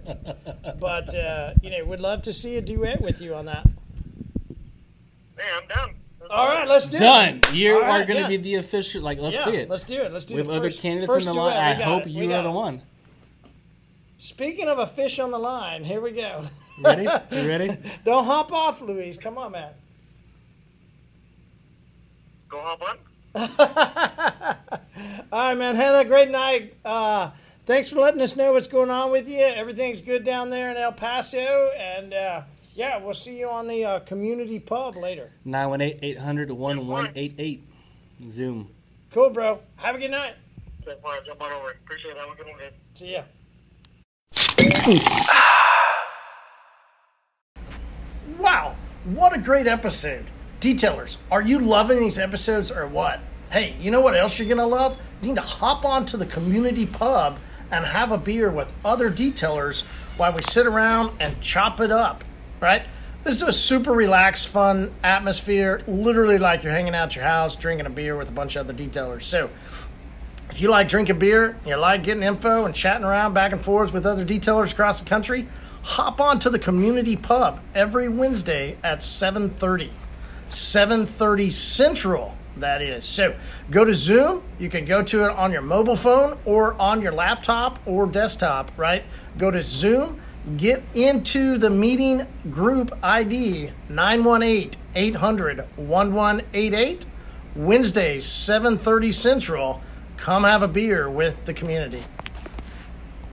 C: But, uh, you know, would love to see a duet with you on that.
H: Hey, I'm down. That's
C: All right, let's do
I: Done.
C: it.
I: You
C: All
I: are
C: right,
I: going to be
C: yeah.
I: the official. Like, let's
C: yeah,
I: see it.
C: Let's do it. Let's do
I: With
C: the
I: other
C: first-
I: candidates
C: first
I: in the
C: duet.
I: line, I
C: We got
I: hope
C: it. We
I: you
C: got
I: are the
C: it.
I: one.
C: Speaking of a fish on the line, here we go.
I: Ready? You ready?
C: Don't hop off, Louise. Come on, man.
H: Go hop on.
C: All right, man. Have a great night. Uh, thanks for letting us know what's going on with you. Everything's good down there in El Paso. And uh, yeah, we'll see you on the uh, community pub later.
I: 918 800 1188. Zoom.
C: Cool, bro. Have a good night.
H: Jump on, jump on over. Appreciate it. Have a good one, guys.
C: See ya.
J: Wow, what a great episode. Detailers, are you loving these episodes or what? Hey, you know what else you're going to love? You need to hop on to the community pub and have a beer with other detailers while we sit around and chop it up, right? This is a super relaxed, fun atmosphere, literally like you're hanging out at your house drinking a beer with a bunch of other detailers. So, if you like drinking beer, you like getting info and chatting around back and forth with other detailers across the country, hop on to the community pub every Wednesday at 7:30. 7:30 Central, that is. So, go to Zoom, you can go to it on your mobile phone or on your laptop or desktop, right? Go to Zoom, get into the meeting group ID 918-800-1188. Wednesdays, 7:30 Central. Come have a beer with the community.